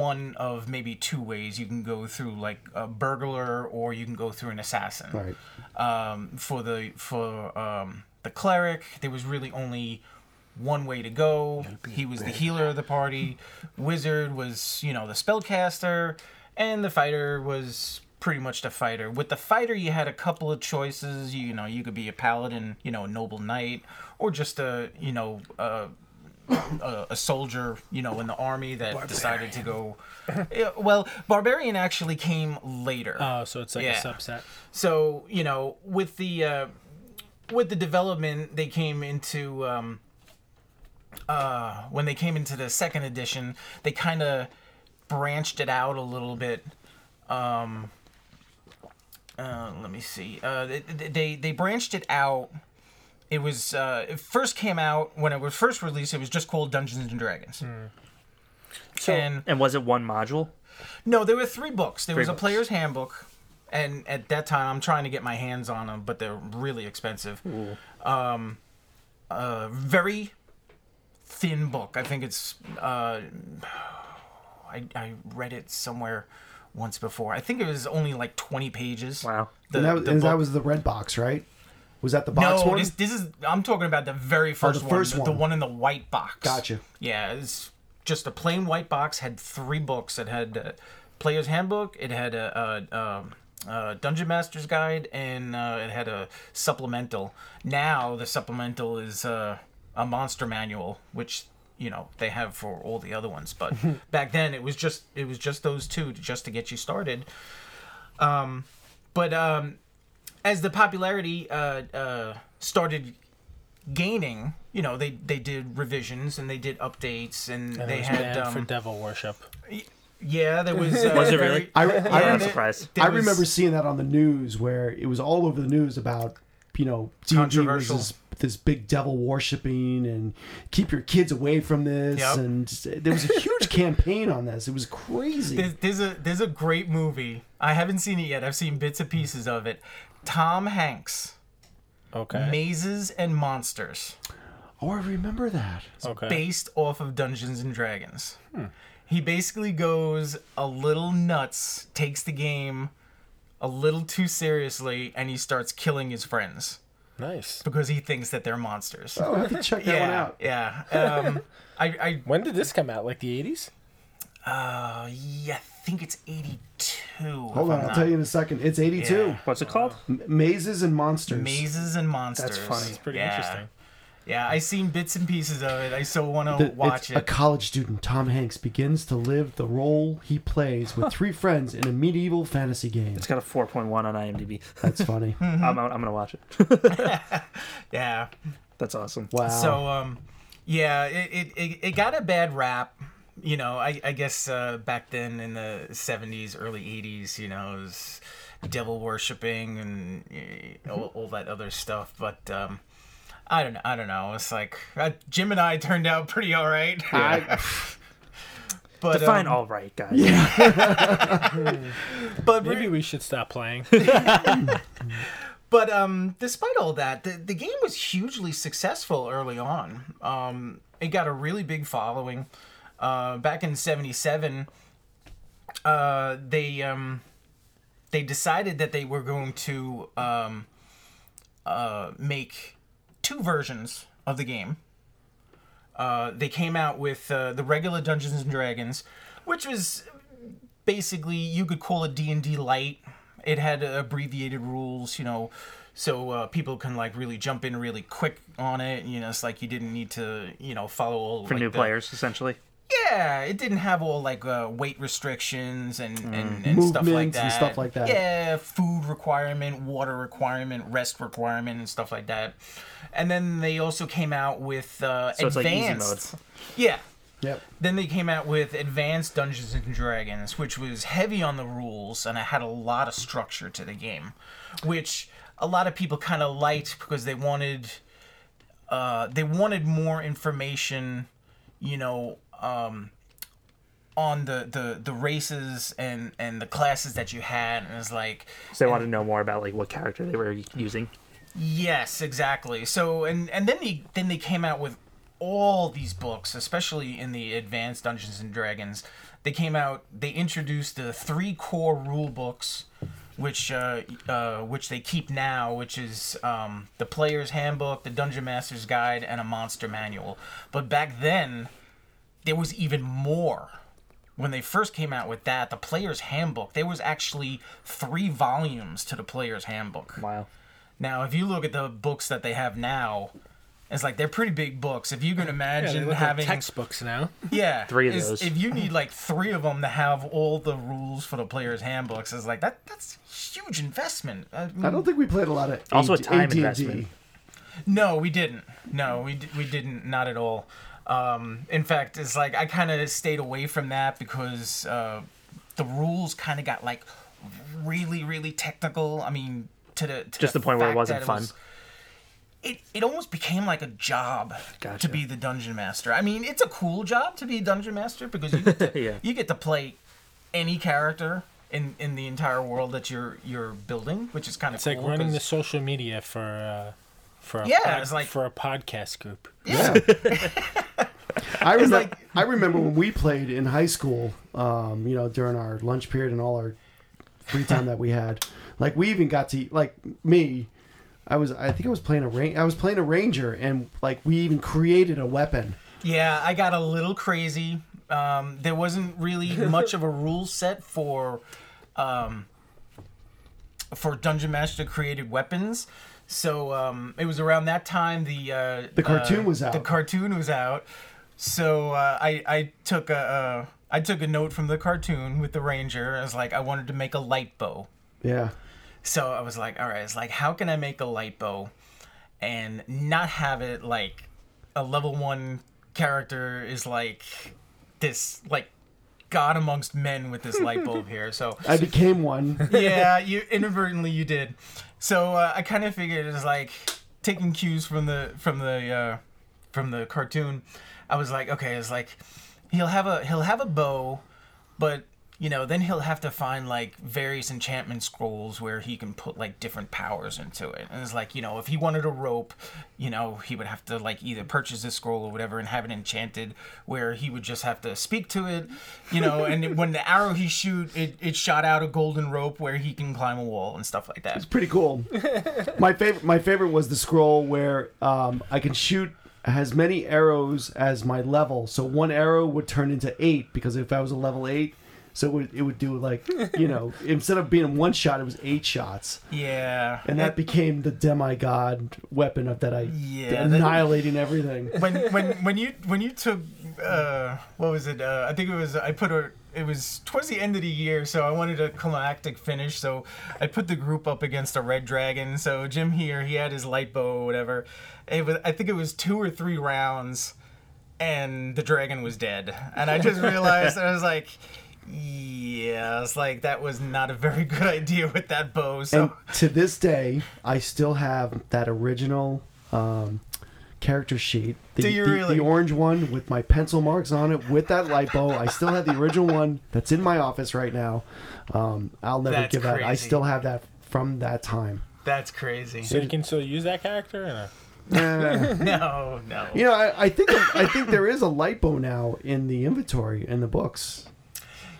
S4: one of maybe two ways. You can go through like a burglar, or you can go through an assassin
S2: Right.
S4: um, for the for um, the cleric. There was really only one way to go. He was the healer of the party. Wizard was you know the spellcaster, and the fighter was pretty much the fighter. With the fighter, you had a couple of choices. You know you could be a paladin, you know a noble knight, or just a you know. A, a, a soldier, you know, in the army that decided to go. Yeah, well, barbarian actually came later.
S1: Oh, so it's like
S4: Yeah.
S1: a subset.
S4: So you know, with the uh, with the development, they came into um, uh, when they came into the second edition, they kind of branched it out a little bit. Um, uh, let me see. Uh, they, they they branched it out. It was uh, it first came out when it was first released. It was just called Dungeons and Dragons.
S1: So-
S4: and
S3: And was it one module?
S4: no, there were three books. There was a
S3: books.
S4: player's handbook, and at that time, I'm trying to get my hands on them, but they're really expensive. Um, uh, very thin book. I think it's. Uh, I I read it somewhere once before. I think it was only like 20 pages.
S3: Wow.
S4: The,
S2: and that, was-
S4: the
S2: and that
S4: book.
S2: was the red box, right? Was that the box
S4: No,
S2: one? Oh,
S4: this this is. I'm talking about the very first,
S2: first
S4: one, the-
S2: one.
S4: the one in the white box.
S2: Gotcha.
S4: Yeah, it's just a plain white box. Had three books. It had uh, Player's Handbook. It had a, a, a, a Dungeon Master's Guide, and uh, it had a supplemental. Now the supplemental is uh, a monster manual, which you know they have for all the other ones.
S2: <laughs>
S4: But back then it was just it was just those two to, just to get you started. Um, but um, as the popularity uh, uh, started gaining, you know, they they did revisions and they did updates and,
S1: And
S4: they
S1: it was
S4: had
S1: banned for
S4: um,
S1: devil worship.
S4: yeah, there was uh,
S3: Was it
S4: very-
S3: really?
S2: I, I
S4: Yeah,
S3: I'm
S2: remember,
S4: there-
S3: surprised.
S4: there
S2: I
S4: was-
S2: remember seeing that on the news where it was all over the news about you know D&D was
S4: Controversial.
S2: this, this big devil worshipping and keep your kids away from this
S4: Yep.
S2: and there was a
S4: <laughs>
S2: huge campaign on this. It was crazy.
S4: There's, there's a there's a great movie. I haven't seen it yet. I've seen bits and pieces of it. Tom Hanks,
S1: Okay.
S4: Mazes and Monsters,
S2: oh, I remember that.
S1: okay.
S4: based off of Dungeons and Dragons.
S2: Hmm.
S4: He basically goes a little nuts, takes the game a little too seriously, and he starts killing his friends
S1: nice.
S4: because he thinks that they're monsters.
S2: Oh, I have to check that one
S4: yeah,
S2: out.
S4: yeah.
S2: <laughs>
S4: Um, I, I,
S1: When did this come out? Like the 80s?
S4: uh, yeah, I think it's eighty-two.
S2: Hold on, I'll tell you in a second. It's 82.
S4: Yeah.
S3: What's it called?
S2: M- Mazes and Monsters.
S4: Mazes and monsters.
S2: funny. It's
S1: Pretty
S4: Yeah.
S1: interesting.
S4: Yeah, I seen bits and pieces of it. I still want
S2: The-
S4: to
S2: it's
S4: watch
S2: A
S4: it.
S2: college student, Tom Hanks, begins to live the role he plays with
S4: <laughs>
S2: three friends in a medieval fantasy game.
S3: It's got a 4.1 on
S2: <laughs>
S3: IMDb.
S4: <laughs>
S2: That's funny.
S4: Hmm,
S3: I'm, out- I'm gonna watch it. <laughs>
S4: Yeah.
S3: That's awesome.
S2: Wow.
S4: So um, yeah, it, it, it, it got a bad rap. You know, I, I guess uh, back then in the '70s, early '80s, you know, it was devil worshipping and eh, all, all that other stuff. But um, I don't know. I don't know. It's like uh, Jim and I <laughs> turned out pretty all right. <laughs> but
S3: Define
S4: um,
S3: all right, guys.
S4: but
S1: Maybe we should stop <laughs> playing.
S4: But um, despite all that, the, the game was hugely successful early on. Um, it got a really big following. Uh, back in '77, uh, they um, they decided that they were going to um, uh, make two versions of the game. Uh, they came out with uh, the regular Dungeons and Dragons, which was basically you could call it d&d light it had uh, abbreviated rules you know so uh, people can like really jump in really quick on it you know it's like you didn't need to you know follow all
S3: For
S4: like,
S3: new
S4: the-
S3: players, essentially.
S4: yeah it didn't have all like uh, weight restrictions and and, and stuff like
S2: Movements
S4: that
S2: and stuff like that.
S4: yeah food requirement water requirement rest requirement and stuff like that and then they also came out with uh,
S3: So it's like easy
S4: advanced yeah
S2: Yep.
S4: then they came out with Advanced Dungeons and Dragons, which was heavy on the rules and it had a lot of structure to the game, which a lot of people kind of liked because they wanted uh, they wanted more information, you know, um, on the, the the races and and the classes that you had, and it's like
S3: So they wanted to know more about like what character they were using.
S4: Yes, exactly. So and and then they then they came out with all these books, especially in the advanced Dungeons and Dragons. They came out. They introduced the three core rule books, which uh, uh, which they keep now, which is um, the Player's Handbook, the Dungeon Master's Guide, and a Monster Manual. But back then, there was even more. When they first came out with that, the Player's Handbook, there was actually three volumes to the Player's Handbook.
S3: Wow.
S4: Now, if you look at the books that they have now, it's like they're pretty big books. If you can
S1: Yeah, they
S4: imagine
S1: look like
S4: having
S1: textbooks now.
S4: <laughs> yeah
S3: Three of
S4: is-
S3: those.
S4: if you need like three of them to have all the rules for the player's handbooks, it's like that that's huge investment. Uh, I mean,
S2: I don't think we played a lot of
S3: Also a
S2: AD-
S3: time
S2: AD&D.
S3: investment.
S4: No, we didn't. No, we d- we didn't. Not at all. Um, in fact, it's like I kind of stayed away from that because uh, the rules kind of got like really, really technical. I mean, to the to
S3: Just the point where it
S4: fact
S3: wasn't
S4: that
S3: fun.
S4: was- it, it almost became like a job
S3: Gotcha.
S4: to be the dungeon master. I mean, it's a cool job to be a dungeon master because
S3: <laughs>
S4: you get to,
S3: Yeah.
S4: you get to play any character in, in the entire world that you're you're building, which is kind of
S1: It's like
S4: cool
S1: running
S4: 'cause-
S1: the social media for uh, for a
S4: Yeah,
S1: pod-
S4: it's like-
S1: for a podcast group.
S2: Yeah.
S4: <laughs>
S2: I remember.
S4: like-
S2: I remember when we played in high school. Um, you know, during our lunch period and all our free time that we had. Like we even got to like me. I was. I think I was playing a ran- I was playing a ranger, and like we even created a weapon.
S4: Yeah, I got a little crazy. Um, there wasn't
S2: <laughs>
S4: really much of a rule set for um, for dungeon master created weapons. So um, it was around that time the uh,
S2: The cartoon
S4: uh,
S2: was out.
S4: The cartoon was out. So uh, I I took a uh, I took a note from the cartoon with the ranger. I was like I wanted to make a light bow.
S2: Yeah.
S4: So I was like, all right, it's like, how can I make a light bow and not have it like a level one character is like this, like God amongst men with this light bulb here. So
S2: I became
S4: <laughs>
S2: one.
S4: yeah, you inadvertently you did. So uh, I kind of figured it was like taking cues from the from the uh, from the cartoon. I was like, okay, it's like he'll have a he'll have a bow, but you know then he'll have to find like various enchantment scrolls where he can put like different powers into it. And it's like you know if he wanted a rope, you know he would have to like either purchase this scroll or whatever and have it enchanted where he would just have to speak to it, you
S2: <laughs>
S4: know. and when the arrow he shoot, it it shot out a golden rope where he can climb a wall and stuff like that.
S2: It's pretty cool. My favorite, my favorite was the scroll where um, I can shoot as many arrows as my level. So one arrow would turn into eight because if I was a level eight, so it would, it would do like you
S4: <laughs>
S2: know instead of being one shot, it was eight shots,
S4: Yeah.
S2: and that became the demigod weapon of that I
S4: Yeah, that-
S2: annihilating everything.
S4: when when when you when you took uh what was it uh, I think it was I put a it was towards the end of the year so I wanted a climactic finish so I put the group up against a red dragon so Jim here he had his light bow or whatever it was I think it was two or three rounds and the dragon was dead and I just realized I was like yeah it's like that was not a very good <laughs> idea with that bow so
S2: And to this day, I still have that original um, character sheet. The,
S4: Do you
S2: the,
S4: really?
S2: the orange one with my pencil marks on it with that light bulb. I still have the original one that's in my office right now. Um, I'll never
S4: That's
S2: give that. I
S4: crazy.
S2: still have that from that time.
S4: that's crazy
S1: So you can still use that character? Or no?
S2: Eh.
S4: <laughs> no no
S2: <laughs> you know, I, I think I think there is a light bulb now in the inventory in the books.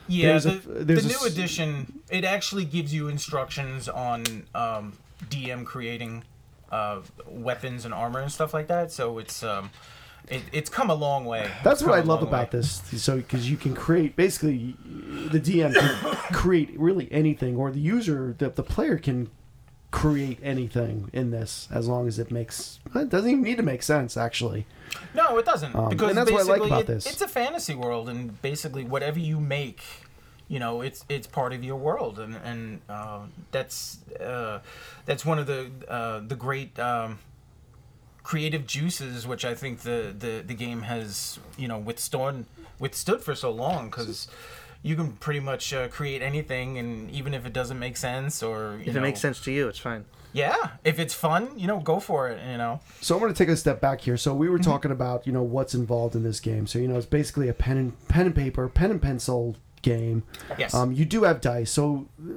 S4: Yeah,
S2: There's
S4: the,
S2: a- there's
S4: the
S2: a
S4: new
S2: s-
S4: edition it actually gives you instructions on um, DM creating uh, weapons and armor and stuff like that. So it's um, it, it's come a long way.
S2: That's
S4: It's
S2: what I
S4: come a
S2: love
S4: long
S2: about
S4: way.
S2: this. So because you can create basically, the DM can <coughs> create really anything, or the user, the, the player can create anything in this as long as it makes. It doesn't even need to make sense actually.
S4: No, it doesn't. because
S2: Um, and that's what I like
S4: basically
S2: about
S4: it-
S2: this.
S4: It's a fantasy world, and basically whatever you make, you know, it's it's part of your world, and and uh, that's uh, that's one of the uh, the great. Um, creative juices which i think the, the the game has you know withstood withstood for so long because you can pretty much uh, create anything and even if it doesn't make sense or you
S3: If
S4: know,
S3: it makes sense to you, it's fine.
S4: yeah if it's fun you know go for it you know
S2: So I'm going to take a step back here. So we were
S1: Mm-hmm.
S2: talking about you know what's involved in this game. So you know it's basically a pen and pen and paper, pen and pencil game.
S4: yes
S2: Um, you do have dice. So uh,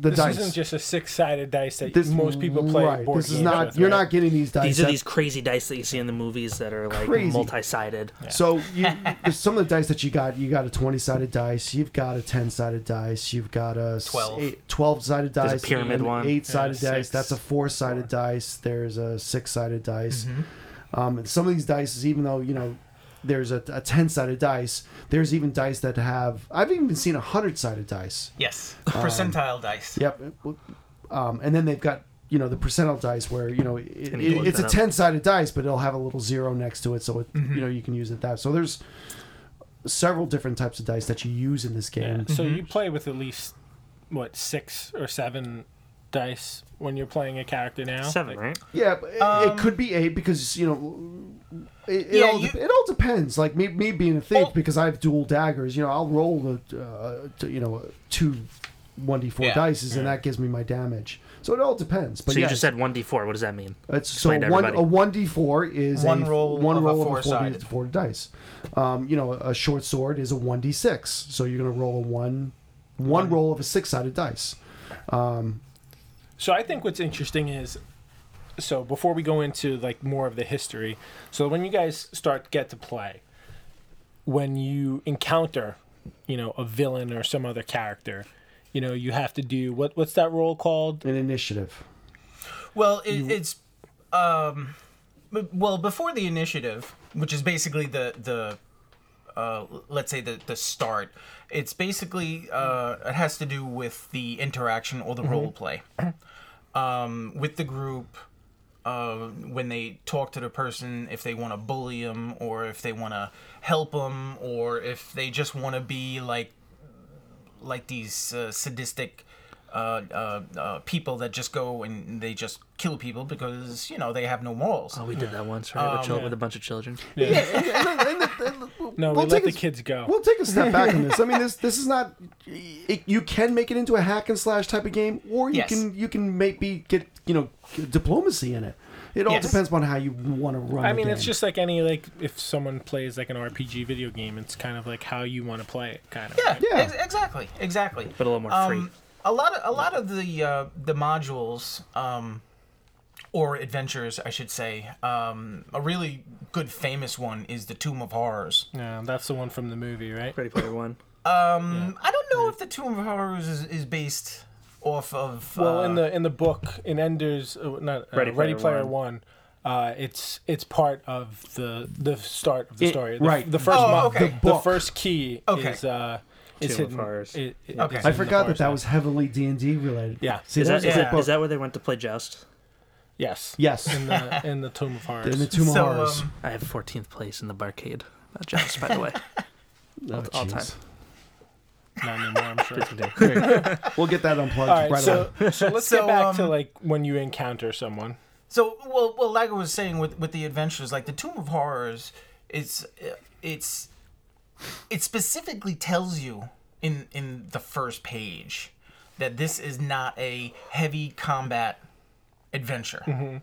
S2: the
S1: This
S2: dice.
S1: isn't just a six-sided dice that
S2: this,
S1: most people play
S2: Right.
S1: board
S2: This is
S1: games
S2: not.
S1: with,
S2: you're
S1: right?
S2: not getting these dice.
S3: These are
S2: That's-
S3: these crazy dice that you see in the movies that are like
S2: Crazy.
S3: multi-sided.
S2: So
S1: <laughs>
S2: you, there's some of the dice that you got, you got a 20 sided dice, you've got a 10 sided dice, you've got a
S4: Twelve.
S2: 12 sided dice,
S3: a pyramid
S2: an
S3: one.
S2: 8 sided
S1: Yeah,
S2: dice,
S1: six.
S2: that's a 4 sided dice, there's a 6 sided dice.
S1: Mm-hmm.
S2: Um, and some of these dice, even though, you know, there's a, a 10 sided dice, there's even dice that have, I've even seen a 100 sided dice.
S4: yes
S2: um,
S4: percentile dice
S2: Yep. Um, and then they've got you know the percentile dice where you know it,
S3: And you
S2: it-
S3: look
S2: it's a
S3: that up.
S2: ten sided dice, but it'll have a little zero next to it, so it, you know you can use it that. So there's several different types of dice that you use in this
S1: Yeah.
S2: game.
S1: So you play with at least what six or seven dice when you're playing a character now.
S3: Seven,
S1: Like,
S3: right?
S2: Yeah, but it, it could be eight because you know. It, it,
S4: Yeah,
S2: all,
S4: you-
S2: it all depends. Like me, me being a thief
S4: Well-
S2: because I have dual daggers. You know, I'll roll a, uh, t- you know two, one d four
S4: Yeah.
S2: dices, and that gives me my damage. So it all depends. But
S3: So you
S2: yes.
S3: just said one d four. What does that mean?
S2: It's so
S3: Explain to
S2: one
S3: everybody.
S2: a one d four is
S4: One
S2: a,
S4: roll
S2: one
S4: of a
S2: roll of a four d
S4: four-sided.
S2: four dice. Um, you know, a short sword is a one d six, so you're gonna roll a one one roll of a six sided dice.
S1: So I think what's interesting is so before we go into like more of the history, so when you guys start get to play, when you encounter, you know, a villain or some other character, you know, you have to do what what's that role called?
S2: An
S4: <laughs>
S2: initiative.
S4: Well, it, it's um, b- well before the initiative, which is basically the the uh, l- let's say the the start. It's basically uh, it has to do with the interaction or the role play um, with the group. Uh, when they talk to the person, if they want to bully them, or if they want to help them, or if they just want to be like like these uh, sadistic uh, uh, uh, people that just go and they just kill people because you know they have no morals.
S3: Oh, we did that once, right? with, chil- with a bunch of children.
S1: No, we
S2: We'll take
S1: let the
S2: his-
S1: kids go.
S2: We'll take a step back on
S4: <laughs>
S2: this. I mean, this this is not. It, you can make it into a hack and slash type of game, or you
S4: Yes.
S2: can you can maybe get you know diplomacy in it. It all
S4: Yes.
S2: depends on how you want to run.
S1: I
S2: the
S1: mean, it's
S2: game.
S1: just like any like if someone plays like an RPG video game, it's kind of like how you want to play it, kind of.
S4: Yeah,
S1: right?
S2: Yeah.
S4: ex- exactly, exactly. Um,
S3: But a little more free.
S4: A lot of a lot of the uh, the modules um, or adventures, I should say. Um, a really good famous one is the Tomb of Horrors.
S1: No, that's the one from the movie, right?
S3: Ready Player One.
S4: Um, I don't know if the Tomb of Horrors is, is based off of.
S1: Well,
S4: uh,
S1: in the in the book, in Ender's uh, not uh,
S3: Ready
S1: Ready,
S3: Player
S1: Player One,
S3: One.
S1: uh, it's it's part of the the start of the
S2: It-
S1: story. The,
S2: right.
S1: The first
S4: Oh,
S1: mo-
S4: okay.
S1: the,
S2: The book.
S1: first key
S4: Okay.
S1: is uh, is
S3: Tomb of
S1: hidden.
S3: Horrors.
S1: it- it-
S4: Okay.
S1: it's
S2: I
S1: in the
S2: forgot
S1: forest.
S2: that that was heavily D and D related.
S1: Yeah.
S2: See,
S3: Is
S2: that,
S3: that,
S2: was
S3: is,
S2: the
S3: that,
S2: book.
S3: is that where they went to play Joust?
S1: yes.
S2: yes.
S1: In the in the Tomb of Horrors.
S2: In the Tomb of
S4: So,
S2: Horrors.
S4: um,
S3: I have 14th place in the barcade. About Joust, by the <laughs> way.
S2: Oh,
S3: all
S2: jeez.
S3: time.
S1: Not anymore, I'm sure.
S2: <laughs> We'll get that unplugged
S1: All right,
S2: right
S1: so,
S2: away.
S1: so let's
S4: So,
S1: get back to
S4: um,
S1: like when you encounter someone.
S4: So well, well, like I was saying with with the adventures, like the Tomb of Horrors, it's it's it specifically tells you in in the first page that this is not a heavy combat adventure.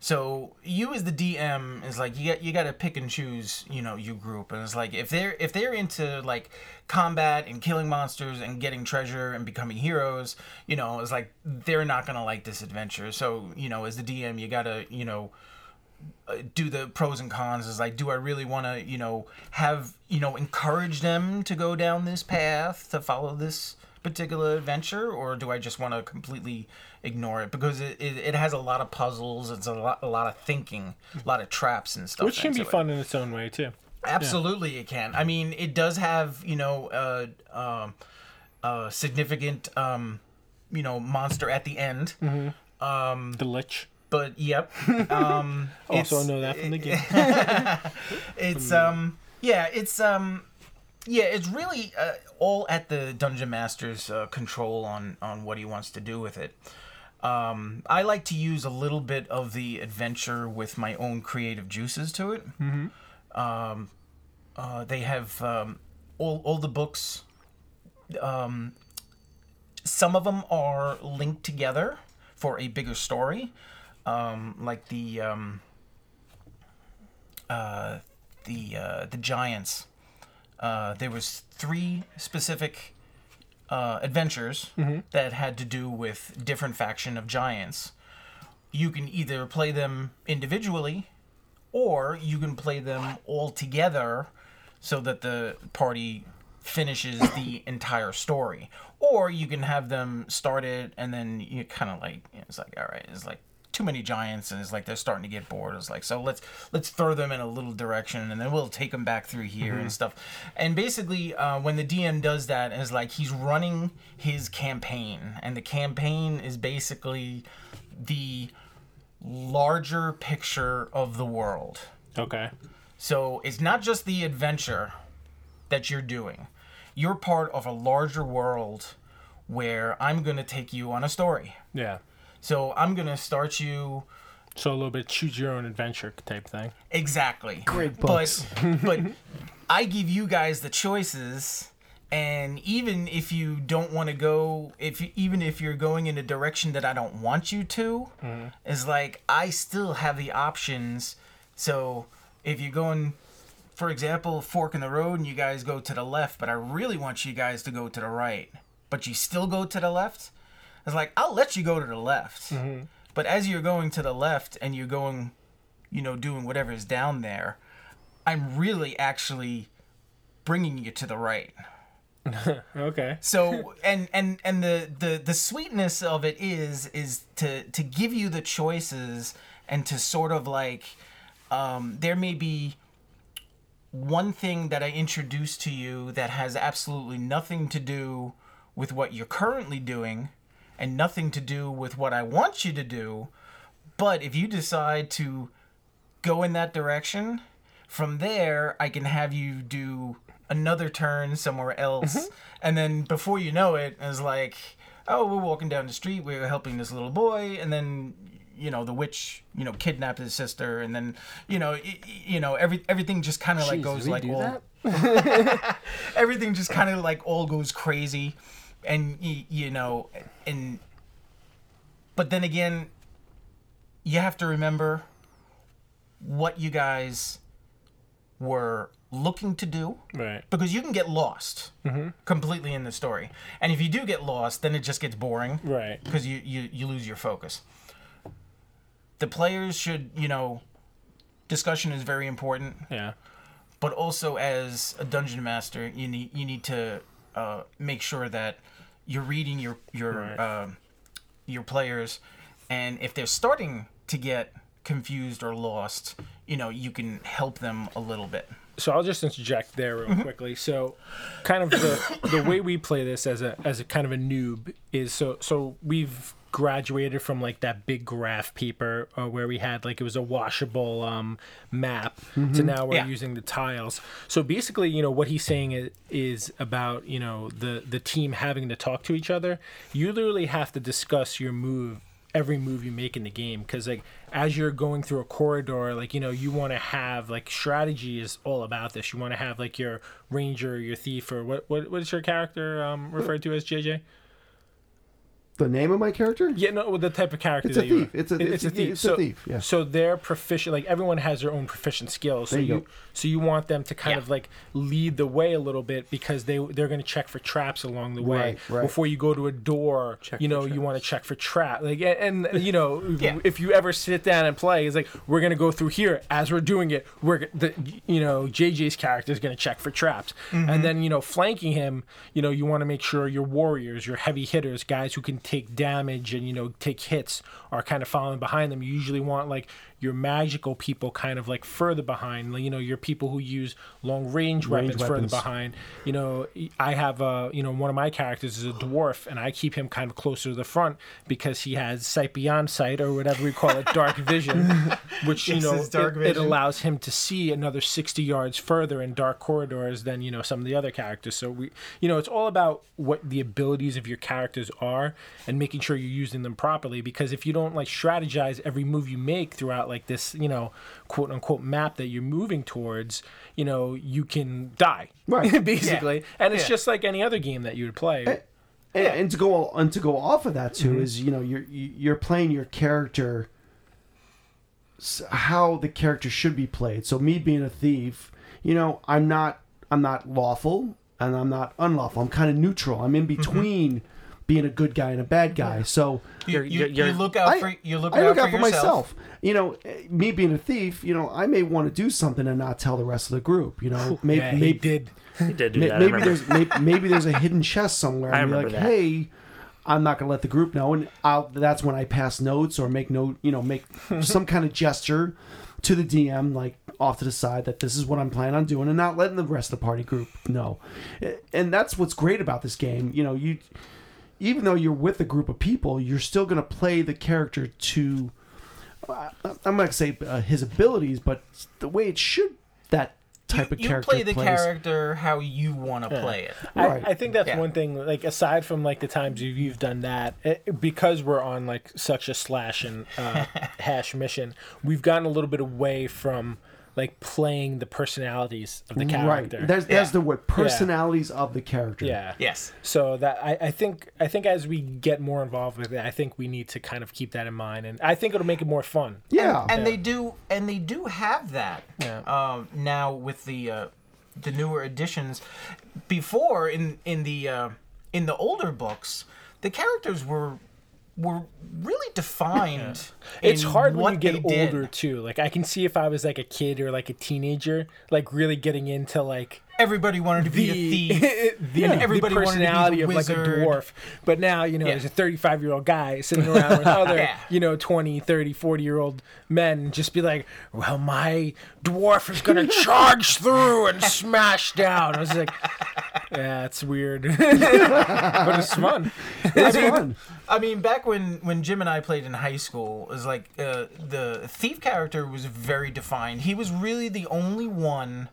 S4: So you as the DM is like you got you got to pick and choose you know you group and it's like if they're if they're into like combat and killing monsters and getting treasure and becoming heroes you know it's like they're not gonna like this adventure so you know as the DM you gotta you know uh, do the pros and cons is like do I really want to you know have you know encourage them to go down this path to follow this particular adventure or do I just want to completely ignore it because it, it, it has a lot of puzzles it's a lot, a lot of thinking a lot of traps and stuff
S1: Which can be
S4: into it.
S1: fun in its own way too.
S4: Absolutely, it can. I mean, it does have you know uh, um uh, significant um, you know monster at the end.
S1: Mm-hmm.
S4: Um,
S1: The Lich.
S4: but yep. Um,
S1: Also
S4: it's-
S1: know that from the game.
S4: It's um yeah it's um yeah it's really uh, all at the dungeon master's uh, control on on what he wants to do with it. Um, I like to use a little bit of the adventure with my own creative juices to it. Um, uh, they have um, all all the books. Um, some of them are linked together for a bigger story, um, like the. Um, uh, the uh, the giants. Uh, there was three specific uh, adventures that had to do with different faction of giants. You can either play them individually, or you can play them all together, so that the party finishes the entire story. Or you can have them started and then you kind of like it's like all right, it's like too many giants and it's like they're starting to get bored. It's like so let's let's throw them in a little direction and then we'll take them back through here and stuff. And basically, uh, when the DM does that, is like he's running his campaign, and the campaign is basically the larger picture of the world.
S1: Okay.
S4: So it's not just the adventure that you're doing. You're part of a larger world where I'm going to take you on a story.
S1: Yeah.
S4: So I'm going to start you
S1: So a little bit choose your own adventure type thing.
S4: exactly.
S2: Great books.
S4: But <laughs> but I give you guys the choices and even if you don't want to go if you, even if you're going in a direction that I don't want you to
S2: Mm-hmm.
S4: is like I still have the options. So if you're going for example, fork in the road and you guys go to the left, but I really want you guys to go to the right, but you still go to the left. It's like, I'll let you go to the left.
S2: Mm-hmm.
S4: But as you're going to the left and you're going, you know, doing whatever's down there, I'm really actually bringing you to the right.
S1: Okay.
S4: So and and and the the the sweetness of it is is to to give you the choices and to sort of like um, there may be one thing that I introduce to you that has absolutely nothing to do with what you're currently doing and nothing to do with what I want you to do. But if you decide to go in that direction, from there I can have you
S1: Mm-hmm.
S4: do another turn somewhere else. And then before you know it, it's like, oh, we're walking down the street, we're helping this little boy, and then you know the witch, you know, kidnapped his sister, and then you know, y- y- you know, every everything just kind of like
S1: Jeez,
S4: goes
S1: did we
S4: like
S1: do
S4: all
S1: that?
S4: everything just kind of like all goes crazy, and y- you know, and but then again, you have to remember what you guys were looking to do
S1: Right.
S4: because you can get lost completely in the story and if you do get lost then it just gets boring
S1: Right.
S4: because you, you you lose your focus the players should you know discussion is very important
S1: Yeah.
S4: but also as a dungeon master you need you need to uh, make sure that you're reading your your
S1: Right.
S4: um your players and if they're starting to get confused or lost you know you can help them a little bit
S1: so I'll just interject there real quickly. So, kind of the the way we play this as a as a kind of a noob is so so we've graduated from like that big graph paper uh, where we had like it was a washable um, map to now we're
S4: Yeah.
S1: using the tiles. So basically, you know what he's saying is, is about you know the the team having to talk to each other. You literally have to discuss your move every move you make in the game because like as you're going through a corridor like you know you want to have like strategy is all about this you want to have like your ranger your thief or what what, what is your character um referred to as jj
S2: The name of my character?
S1: yeah no well, the type of character
S2: It's a
S1: that you
S2: thief. It's a-
S1: It-
S2: it's a thief. It's a
S1: so,
S2: thief, yeah.
S1: so they're proficient like everyone has their own proficient skills so
S2: There you
S1: you,
S2: go.
S1: so you want them to kind
S4: Yeah.
S1: of like lead the way a little bit because they they're going to check for traps along the way
S2: Right, right.
S1: before you go to a door you
S3: for
S1: know you want to check for trap like a- and, and you know
S4: Yeah.
S1: if you ever sit down and play it's like we're going to go through here as we're doing it we're g- the you know JJ's character is going to check for traps and then you know flanking him you know you want to make sure your warriors your heavy hitters guys who can take damage and you know take hits are kind of following behind them you usually want like your magical people kind of like further behind like, you know your people who use long range weapons, further
S2: weapons.
S1: behind you know i have a you know one of my characters is a dwarf and i keep him kind of closer to the front because he has sight beyond sight or whatever we call it dark
S4: <laughs>
S1: vision which you
S4: Yes,
S1: know
S4: his dark
S1: it, it
S4: vision.
S1: allows him to see another 60 yards further in dark corridors than you know some of the other characters so we you know it's all about what the abilities of your characters are and making sure you're using them properly because if you don't like strategize every move you make throughout like this you know quote unquote map that you're moving towards you know you can die
S2: Right.
S1: <laughs> basically and it's
S4: Yeah.
S1: just like any other game that you would play
S2: and, and to go and to go off of that too is you know you're you- you're playing your character s- how the character should be played so me being a thief you know i'm not i'm not lawful and i'm not unlawful i'm kind of neutral i'm
S1: Mm-hmm.
S2: in between being a good guy and a bad guy so
S4: you,
S3: You're-
S4: you,
S3: you're-
S4: you
S3: you're-
S4: look out
S2: I-
S4: for you look,
S2: I look
S4: out,
S2: out for
S4: yourself.
S2: myself. You know, eh, me being a thief, you know, I may want to do something and not tell the rest of the group. You know, maybe,
S1: yeah, he
S2: maybe
S1: did
S3: He did do
S2: May-
S3: that. I
S2: maybe
S3: remember.
S2: there's maybe, maybe there's a hidden chest somewhere.
S3: <laughs> I
S2: And be
S3: remember
S2: like,
S3: that.
S2: hey, I'm not gonna let the group know, and I'll, that's when I pass notes or make note, you know,
S3: <laughs>
S2: make some kind of gesture to the DM, like off to the side, that this is what I'm planning on doing, and not letting the rest of the party group know. And that's what's great about this game. You know, you even though you're with a group of people, you're still gonna play the character to. I- I'm not gonna say uh, his abilities, but the way it should that type of
S4: you
S2: character
S4: play the
S2: plays.
S4: character how you want to play it.
S2: Right.
S1: I, I think that's
S4: Yeah.
S1: one thing. Like aside from like the times you've, you've done that, it, because we're on like such a slash and
S4: <laughs>
S1: uh, hash mission, we've gotten a little bit away from like playing the personalities of the character.
S2: Right. There's there's
S4: Yeah.
S2: the word personalities of the character.
S1: yeah.
S4: Yes.
S1: So that I, I think I think as we get more involved with it, I think we need to kind of keep that in mind, and I think it'll make it more fun.
S2: Yeah.
S4: and they do and they do have that um, now with the uh, the newer editions before in in the uh, in the older books the characters were were really defined
S1: <laughs> It's
S4: in
S1: hard
S4: what
S1: when you get
S4: they did.
S1: older too. Like I can see if I was like a kid or like a teenager, like really getting into like
S4: everybody wanted to be a
S1: the, <laughs>
S4: thief
S1: the, the
S4: Everybody wanted to be <laughs> the
S1: personality of like a
S4: wizard.
S1: dwarf. But now, you know,
S4: Yeah.
S1: there's a 35 year old guy sitting around
S4: <laughs>
S1: with other,
S4: Yeah.
S1: you know, 20, 30, 40 year old men just be like, well, my dwarf is
S4: <laughs>
S1: going to charge through and smash down. I was like, yeah, it's weird.
S4: <laughs>
S1: but it's fun.
S2: It's fun.
S4: I mean, back when when Jim and I played in high school, it was like uh, the thief character was very defined. He was really the only one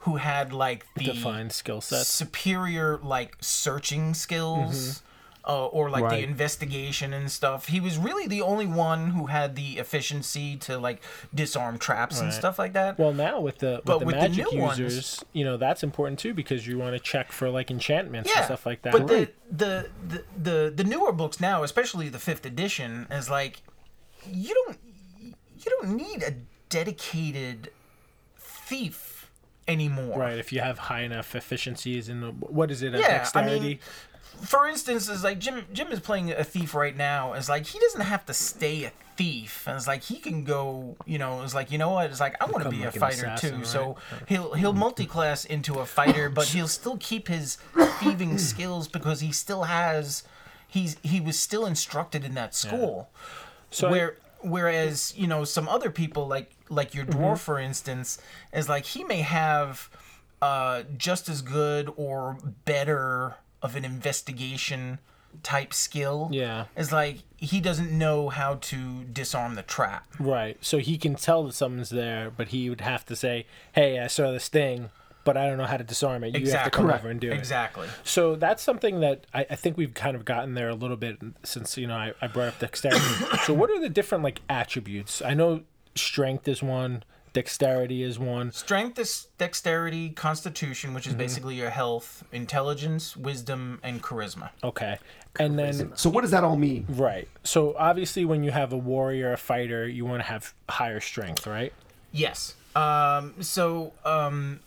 S4: who had like the
S1: Defined skill sets.
S4: superior like searching skills.
S1: Mm-hmm.
S4: uh, or like the
S2: Right.
S4: investigation and stuff. He was really the only one who had the efficiency to like disarm traps and
S1: Right.
S4: stuff like that.
S1: Well, now with the with
S4: But
S1: the
S4: with the
S1: magic
S4: new ones-
S1: users, you know that's important too because you want to check for like enchantments and stuff like that.
S4: But the, the, the the the newer books now, especially the fifth edition, is like you don't you don't need a dedicated thief anymore.
S1: right, if you have high enough efficiencies and what is it, uh,
S4: Yeah, I
S1: dexterity?
S4: mean, for instance, is like Jim. Jim is playing a thief right now. Is like he doesn't have to stay a thief. And it's like he can go. You know, it's like you know what? It's like I want to
S1: Become
S4: be
S1: like
S4: a
S1: an
S4: fighter
S1: assassin,
S4: too.
S1: right?
S4: So he'll he'll multi-class into a
S1: <coughs>
S4: fighter, but he'll still keep his thieving skills because he still has. He's he was still instructed in that school.
S1: So I-
S4: Where whereas you know some other people like like your
S1: Mm-hmm.
S4: dwarf for instance is like he may have uh, just as good or better of an investigation type skill.
S1: Yeah.
S4: It's like he doesn't know how to disarm the trap.
S1: Right. So he can tell that someone's there, but he would have to say, "Hey, I saw this thing, but I don't know how to disarm it. You have to
S4: Exactly.
S1: come
S4: Correct.
S1: over and do it."
S4: Exactly.
S1: So that's something that I, I think we've kind of gotten there a little bit since you know I, I brought up
S4: <coughs>
S1: dexterity. so what are the different like attributes? I know strength is one, dexterity is one.
S4: Strength is dexterity, constitution,
S1: Mm-hmm.
S4: which is basically your health, intelligence, wisdom, and charisma.
S1: Okay, and then
S2: So what does that all mean?
S1: right. So obviously, when you have a warrior, a fighter, you want to have higher strength, right?
S4: Yes. Um, so um,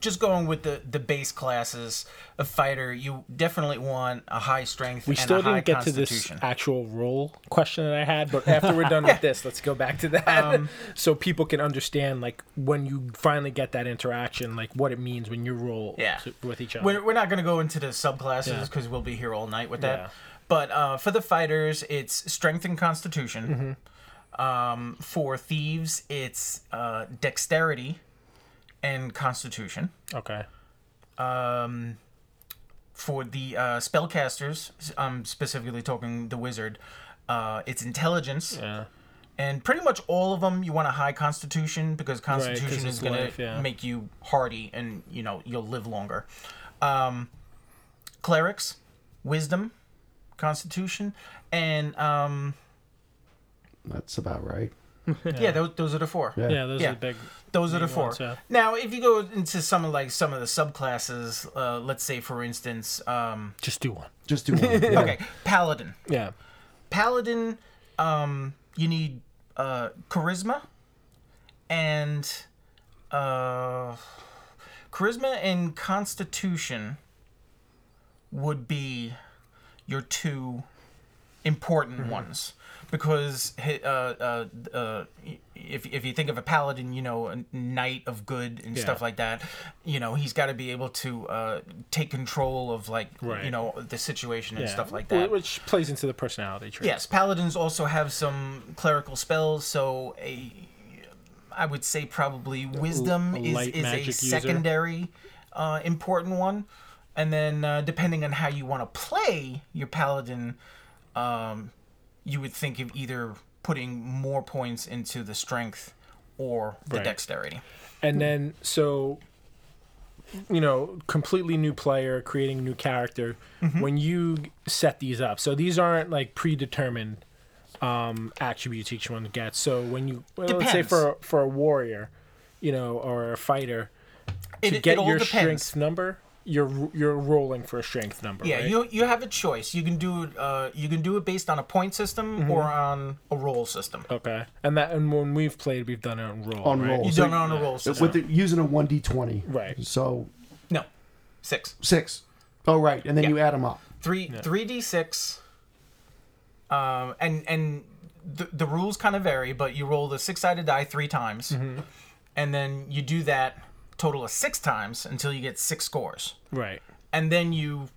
S4: just going with the, the base classes of fighter, you definitely want a high strength
S1: We
S4: and
S1: still
S4: a high
S1: didn't get to this
S4: constitution.
S1: actual role question that I had, but after we're
S4: <laughs>
S1: done with this, let's go back to that,
S4: Um,
S1: <laughs> so people can understand like when you finally get that interaction, like what it means when you roll
S4: Yeah.
S1: to- with each other.
S4: We're, we're not going to go into the subclasses because we'll be here all night with that.
S1: Yeah.
S4: But uh, for the fighters, it's strength and
S1: Mm-hmm.
S4: constitution. Um, for thieves, it's uh, dexterity and constitution.
S1: okay.
S4: Um, for the uh, spellcasters, s- I'm specifically talking the wizard, uh, it's intelligence.
S1: Yeah.
S4: And pretty much all of them, you want a high constitution because
S1: 'cause
S4: constitution
S1: it's
S4: is going
S1: life,
S4: to
S1: yeah.
S4: make you hardy and, you know, you'll live longer. Um, clerics, wisdom, constitution,
S1: <laughs>
S4: and um,
S2: That's about right.
S4: yeah, those, those are the four.
S2: Yeah.
S1: Yeah, those
S4: Yeah.
S1: are the big.
S4: Those are the
S1: Main
S4: four.
S1: ones, yeah.
S4: Now, if you go into some of like some of the subclasses, uh, let's say for instance, um,
S1: Just do one.
S2: Just do one. Yeah.
S4: <laughs> okay, paladin.
S1: Yeah.
S4: paladin um you need uh charisma and uh charisma and constitution would be your two important
S1: Mm-hmm.
S4: ones because hi- uh, uh, uh, if, if you think of a paladin you know a knight of good and stuff
S1: Yeah.
S4: like that you know he's got to be able to uh, take control of like you
S1: Right.
S4: know the situation and
S1: yeah.
S4: stuff like
S1: Wh-
S4: that
S1: Which plays into the personality trait.
S4: Yes, paladins also have some clerical spells, so a I would say probably wisdom
S1: a
S4: is,
S1: light
S4: is
S1: magic
S4: a
S1: user.
S4: secondary uh, important one, and then uh, depending on how you want to play your paladin, um, you would think of either putting more points into the strength or the
S1: Right.
S4: dexterity. Hmm.
S1: And then so you know, completely new player creating a new character
S4: Mm-hmm.
S1: when you set these up. So these aren't like predetermined um attributes each one gets. So when you well, let's say
S4: Depends.
S1: for for a warrior, you know, or a fighter,
S4: It,
S1: to
S4: it
S1: get
S4: all
S1: your
S4: depends.
S1: strength number, you're you're rolling for a strength number,
S4: Yeah,
S1: right?
S4: you you have a choice. You can do it. Uh, you can do it based on a point system
S1: Mm-hmm.
S4: or on a roll system.
S1: Okay, and that and when we've played, we've done it on roll.
S2: On
S1: right?
S2: roll.
S4: You
S2: So-
S4: don't on a roll system.
S2: With the, using a one d twenty.
S1: Right.
S2: So
S4: No, six.
S2: six. Oh right, and then you add them up.
S4: Three three d six. Um, and and the, the rules kind of vary, but you roll the six sided die three times, and then you do that total of six times until you get six scores,
S1: Right.
S4: and then you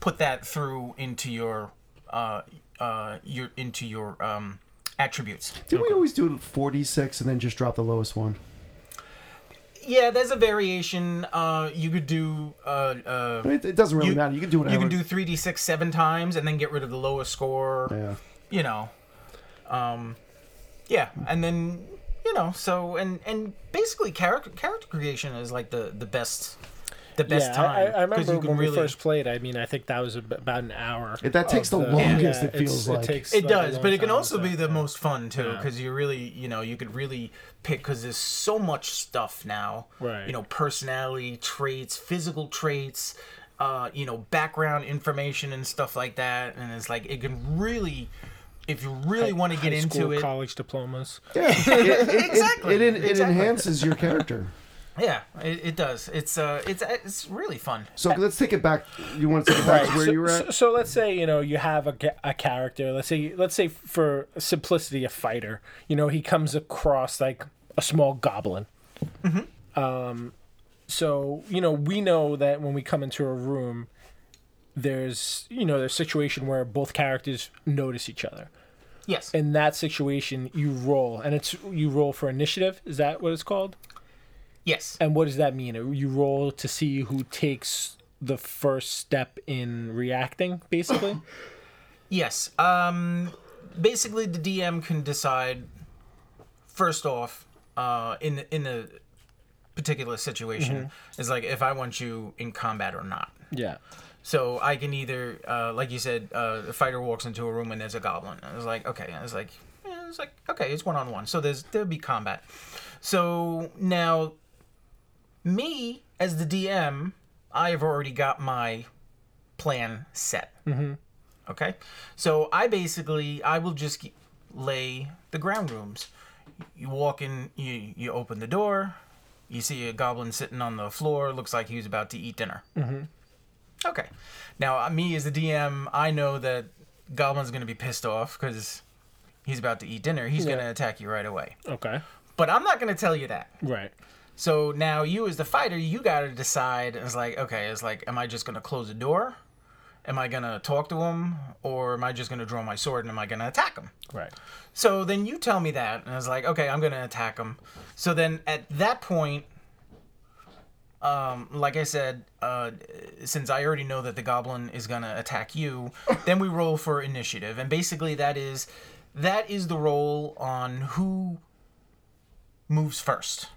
S4: put that through into your uh uh your into your um attributes.
S2: Did we always do forty six and then just drop the lowest one?
S4: Yeah, there's a variation. Uh, you could do uh uh.
S2: It, it doesn't really
S4: You-
S2: matter. You can do whatever.
S4: You can do 3d6 seven times and then get rid of the lowest score.
S2: Yeah.
S4: you know um yeah and then you know so and and basically character character creation is like the the best the the best
S1: yeah, I- I,
S4: time
S1: I remember
S4: you
S1: when
S4: can
S1: we
S4: really.
S1: first played. I mean, I think that was ab- about an hour.
S2: It- that takes
S1: of
S2: the longest, it
S1: Oh, it's-
S2: feels like.
S4: it
S1: like, a
S4: does,
S1: long
S4: but it can
S1: time,
S4: also
S1: so,
S4: be the
S1: yeah.
S4: most fun too, because you really, you know, you could really pick because there's so much stuff now.
S1: Right.
S4: You know, personality traits, physical traits, uh, you know, background information and stuff like that, and it's like it can really, if you really want to get
S1: High
S4: into
S1: school,
S4: it,
S1: college diplomas. <laughs>
S2: Yeah, it, it, it-
S4: Exactly,
S2: It, en- it,
S4: exactly.
S2: enhances your character.
S4: yeah, it, it does. It's uh, it's it's really fun.
S2: So let's take it back. You want to take it back to where
S1: so,
S2: you were
S1: so-
S2: at?
S1: so let's say you know you have a, ca- a character. Let's say let's say for simplicity, a fighter. You know he comes across like a small goblin. Um, so you know we know that when we come into a room, there's you know there's a situation where both characters notice each other.
S4: Yes.
S1: In that situation, you roll, and it's you roll for initiative. Is that what it's called?
S4: yes.
S1: And what does that mean? You roll to see who takes the first step in reacting, basically.
S4: Yes. Um, basically, the DM can decide. First off, uh, in the, in the particular situation, is like if I want you in combat or not.
S1: yeah.
S4: So I can either, uh, like you said, uh, the fighter walks into a room and there's a goblin. And it's like, okay. And it's like, yeah, it's like, okay, it's one on one. So there's there'll be combat. So now, me as the DM, I have already got my plan set. Mm-hmm. Okay, so I basically I will just g- lay the ground rooms. You walk in, you you open the door, you see a goblin sitting on the floor. Looks like he was about to eat dinner. Okay. Now, uh, me as the DM, I know that Goblin's going to be pissed off because he's about to eat dinner. He's going to attack you right away.
S1: Okay.
S4: But I'm not going to tell you that.
S1: Right.
S4: So now, you as the fighter, you got to decide. It's like, okay, it's like, am I just going to close the door? Am I going to talk to him? Or am I just going to draw my sword and am I going to attack him?
S1: Right.
S4: So then you tell me that, and I was like, okay, I'm gonna attack him. So then at that point, um, like I said, uh, since I already know that the goblin is gonna attack you, then we roll for initiative, and basically that is that is the roll on who moves first.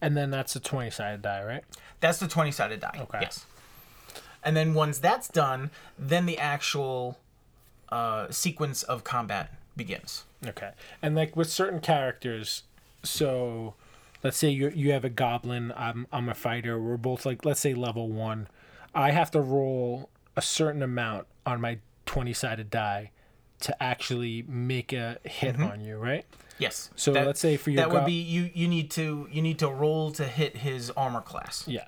S1: And then that's a twenty-sided die, right?
S4: That's the 20 sided die.
S1: Okay.
S4: Yes. And then once that's done, then the actual uh, sequence of combat begins.
S1: Okay. And like with certain characters, so let's say you you have a goblin, I'm I'm a fighter. We're both like let's say level 1. I have to roll a certain amount on my 20-sided die to actually make a hit on you, right?
S4: Yes.
S1: So let's say for your
S4: that would
S1: go-
S4: be you. You need to you need to roll to hit his armor class.
S1: Yeah.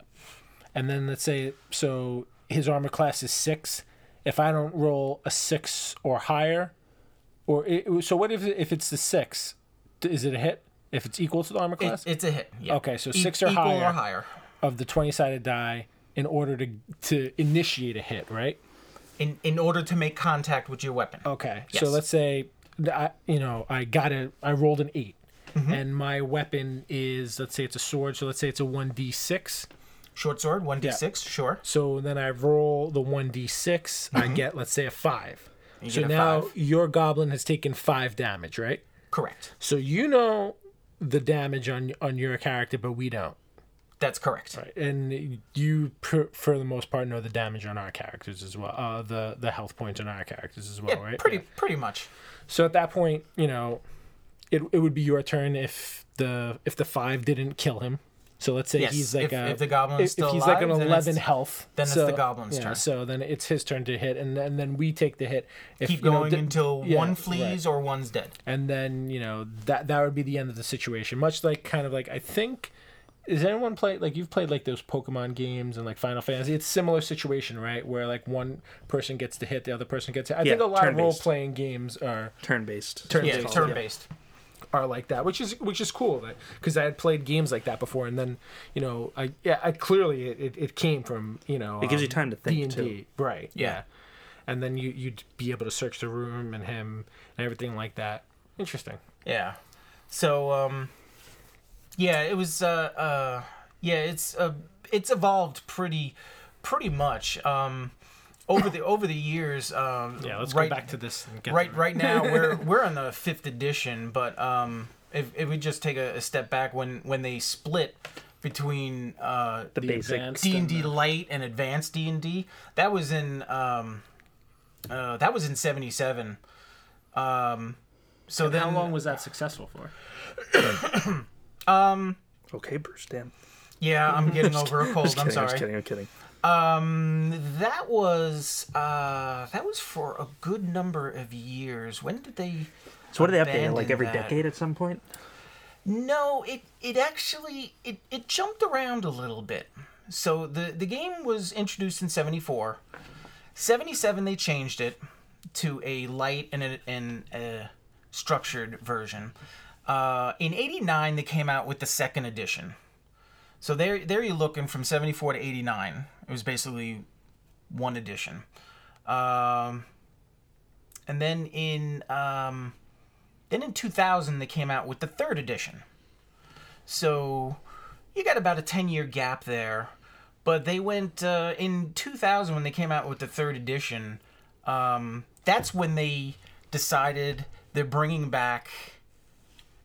S1: And then let's say so his armor class is six. If I don't roll a six or higher, or it, so what if if it's the six? D- Is it a hit? If it's equal to the armor
S4: It,
S1: class
S4: it's a hit. Yeah. E-
S1: Okay, so six or
S4: equal
S1: higher.
S4: or higher.
S1: of the twenty sided die, in order to to initiate a hit, right?
S4: In in order to make contact with your weapon.
S1: Okay. So
S4: Yes.
S1: let's say th- I, you know, I got a, I rolled an 8
S4: Mm-hmm.
S1: and my weapon is, let's say it's a sword. So let's say it's a one d six.
S4: Short sword, one d six. Sure.
S1: So then I roll the 1d6, I get, let's say, a 5. so
S4: Mm-hmm. get a
S1: now
S4: five.
S1: your goblin has taken 5 damage, right?
S4: Correct.
S1: So you know the damage on on your character, but we don't.
S4: That's correct.
S1: Right? And you, per, for the most part, know the damage on our characters as well, uh, the, the health points on our characters as well,
S4: Yeah,
S1: right?
S4: pretty
S1: Yeah.
S4: pretty much.
S1: So at that point, you know, it, it would be your turn if the if the 5 didn't kill him. So let's say
S4: Yes,
S1: he's like
S4: if-
S1: a
S4: if the goblin is
S1: if-
S4: still
S1: if he's like an
S4: alive, then
S1: eleven
S4: it's-
S1: health,
S4: then it's
S1: so-
S4: the goblin's
S1: yeah,
S4: turn.
S1: So then it's his turn to hit, and then, and then we take the hit. If, you
S4: Keep
S1: know,
S4: going
S1: di-
S4: until
S1: yeah,
S4: one
S1: right.
S4: flees or one's dead.
S1: and then you know that that would be the end of the situation. Much like kind of like I think. Is anyone play like you've played like those Pokemon games and like Final Fantasy? It's similar situation, right? Where like one person gets to hit, the other person gets hit. I think a lot of
S3: turn-based.
S1: role playing games are
S3: Turn based.
S4: Yeah,
S1: Turn-based,
S4: turn based.
S1: are like that, which is which is cool because I had played games like that before, and then you know I yeah I clearly it, it came from you know um,
S3: It gives you time to think,
S1: D&D, right
S4: Yeah.
S1: and then you you'd be able to search the room and him and everything like that interesting
S4: Yeah. So um yeah, it was uh uh yeah, it's uh it's evolved pretty pretty much um over the over the years um
S1: yeah let's
S4: right,
S1: go back to this and get
S4: right
S1: <laughs>
S4: right now we're we're on the 5th edition, but um if if we just take a, a step back when when they split between uh,
S3: the, basic.
S1: advanced
S4: D and
S1: and
S4: D light and advanced D and D. That was in um, uh, that was in seventy seven. Um, so
S1: the-
S4: then
S1: How long was that successful for?
S3: Okay, Bruce. Damn. <laughs>
S4: Yeah, I'm getting over a cold.
S3: Just
S4: I'm
S3: kidding. I'm just
S4: sorry.
S3: kidding. I'm kidding.
S4: Um, that was uh, that was for a good number of years. When did they?
S3: So what do they update? it? Like
S4: abandon
S3: every
S4: that?
S3: decade at some point.
S4: No, it it actually it, it jumped around a little bit. So the the game was introduced in 74. 77 they changed it to a light and a, and a structured version. Uh, in 89 they came out with the second edition. So there there you're looking from 74 to 89. It was basically one edition. Um, and then in um, then in 2000, they came out with the third edition. So you got about a 10 year gap there. But they went uh, in 2000 when they came out with the third edition. Um, that's when they decided they're bringing back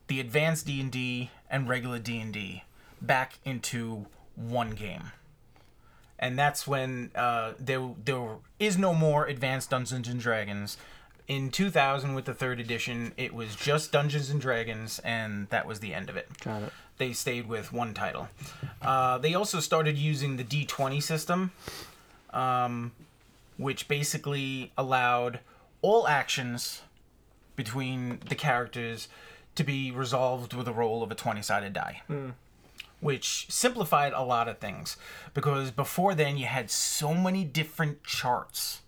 S4: the advanced D and D and regular D and D back into one game. And that's when uh, there there is no more advanced Dungeons and Dragons. In 2000, with the third edition, it was just Dungeons and Dragons, and that was the end of it.
S3: Got it.
S4: They stayed with one title. Uh, they also started using the D20 system, um, which basically allowed all actions between the characters to be resolved with a roll of a 20 sided die, which simplified a lot of things because before then you had so many different charts.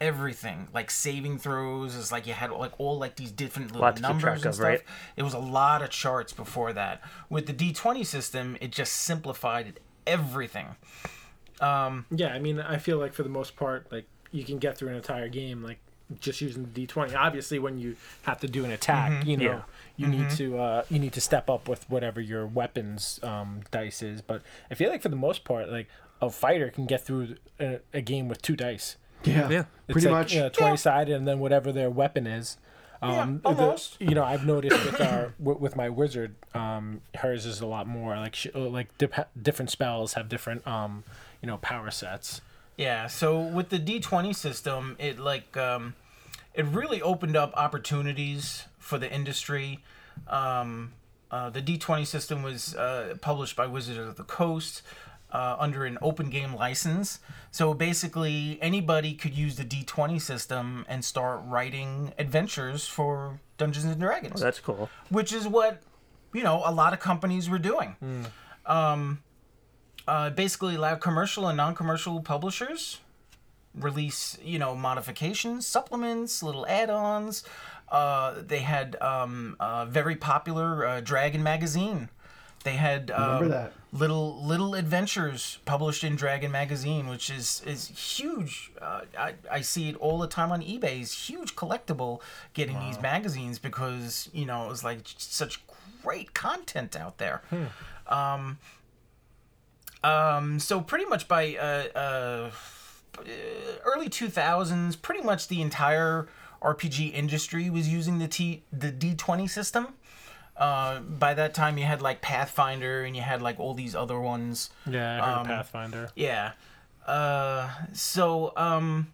S4: Everything like saving throws is like you had like all like these different little
S3: to keep
S4: numbers
S3: track
S4: and
S3: of,
S4: stuff.
S3: right?
S4: It was a lot of charts before that. With the D20 system, it just simplified everything.
S1: Yeah, I mean, I feel like for the most part, like you can get through an entire game like just using the D twenty. Obviously, when you have to do an attack, you know,
S3: Yeah.
S1: you need to uh, you need to step up with whatever your weapons um, dice is. But I feel like for the most part, like a fighter can get through a, a game with two dice.
S2: Yeah,
S3: Yeah.
S1: It's
S2: pretty
S1: like,
S2: much.
S1: you know, twenty sided, and then whatever their weapon is. Um, the-
S4: almost.
S1: you know, I've noticed with our with with my wizard, um, hers is a lot more like she, like dip, different spells have different um, you know power sets.
S4: Yeah, so with the D20 system, it like um, it really opened up opportunities for the industry. Um, uh, the D20 system was uh, published by Wizards of the Coast uh, under an open game license. So basically, anybody could use the D20 system and start writing adventures for Dungeons and Dragons
S3: That's cool.
S4: which is what you know a lot of companies were doing. Um, uh, basically, allowed commercial and non-commercial publishers release you know modifications, supplements, little add-ons. Uh, they had um, a very popular uh, Dragon magazine. They had um,
S2: Remember that.
S4: little little adventures published in Dragon magazine, which is is huge. Uh, I I see it all the time on eBay. It's huge collectible getting these magazines because you know it was like such great content out there.
S2: Hmm.
S4: Um, um, so pretty much by uh, uh, early 2000s, pretty much the entire RPG industry was using the T the D20 system. Uh, by that time, you had like Pathfinder and you had like all these other ones.
S1: Yeah, I heard
S4: Um,
S1: Pathfinder.
S4: Yeah. Uh, so um,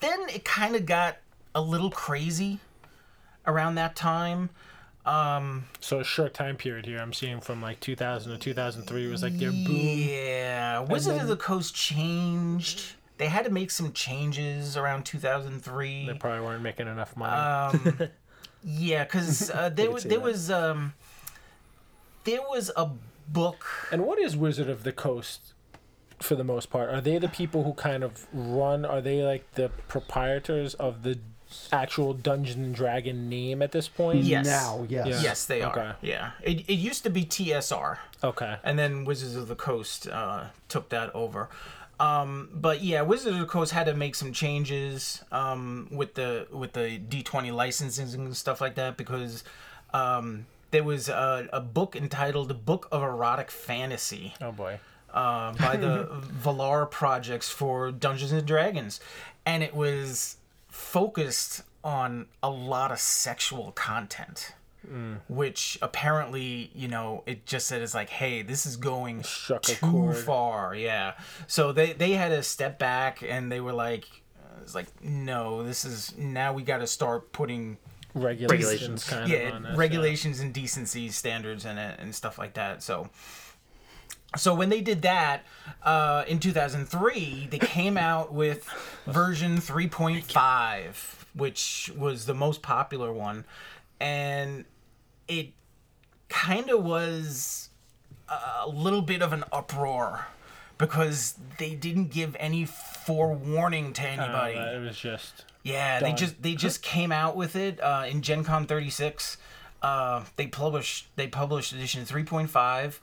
S4: then it kind of got a little crazy around that time. Um,
S1: So a short time period here. I'm seeing from like 2000 to 2003 was like their boom.
S4: yeah, Wizard of the Coast changed. They had to make some changes around 2003.
S1: They probably weren't making enough money.
S4: Um,
S1: <laughs>
S4: yeah, because uh, there was
S3: see
S4: there
S3: that.
S4: was um, there was a book.
S1: and what is Wizard of the Coast for the most part? Are they the people who kind of run? Are they like the proprietors of the actual Dungeon and Dragon name at this point?
S4: Yes.
S2: Now, yes.
S1: Yeah.
S4: Yes, they
S1: Okay.
S4: are. Yeah, it it used to be TSR.
S1: Okay.
S4: and then Wizards of the Coast uh, took that over. Um, but yeah, Wizards of the Coast had to make some changes um, with the with the D twenty licenses and stuff like that because um, there was a, a book entitled "The Book of Erotic Fantasy"
S1: Oh boy.
S4: uh, by the Valar projects for Dungeons and Dragons, and it was focused on a lot of sexual content. which apparently, you know, it just said it's like, hey, this is going
S1: Struck a
S4: too
S1: chord.
S4: far. Yeah. So they they had to step back and they were like, uh, it's like, no, this is now we got to start putting
S1: Regulations,
S3: Regulations.
S1: kind of
S4: yeah
S1: on this,
S4: regulations and decency standards in it and stuff like that. So. So when they did that uh, in 2003, they came out with version 3.5, which was the most popular one, and it kind of was a little bit of an uproar because they didn't give any forewarning to
S1: yeah. Uh,
S4: anybody.
S1: it was just
S4: Yeah, they
S1: Done.
S4: just they just came out with it uh, in Gen Con 36. Uh, they published they published edition 3.5.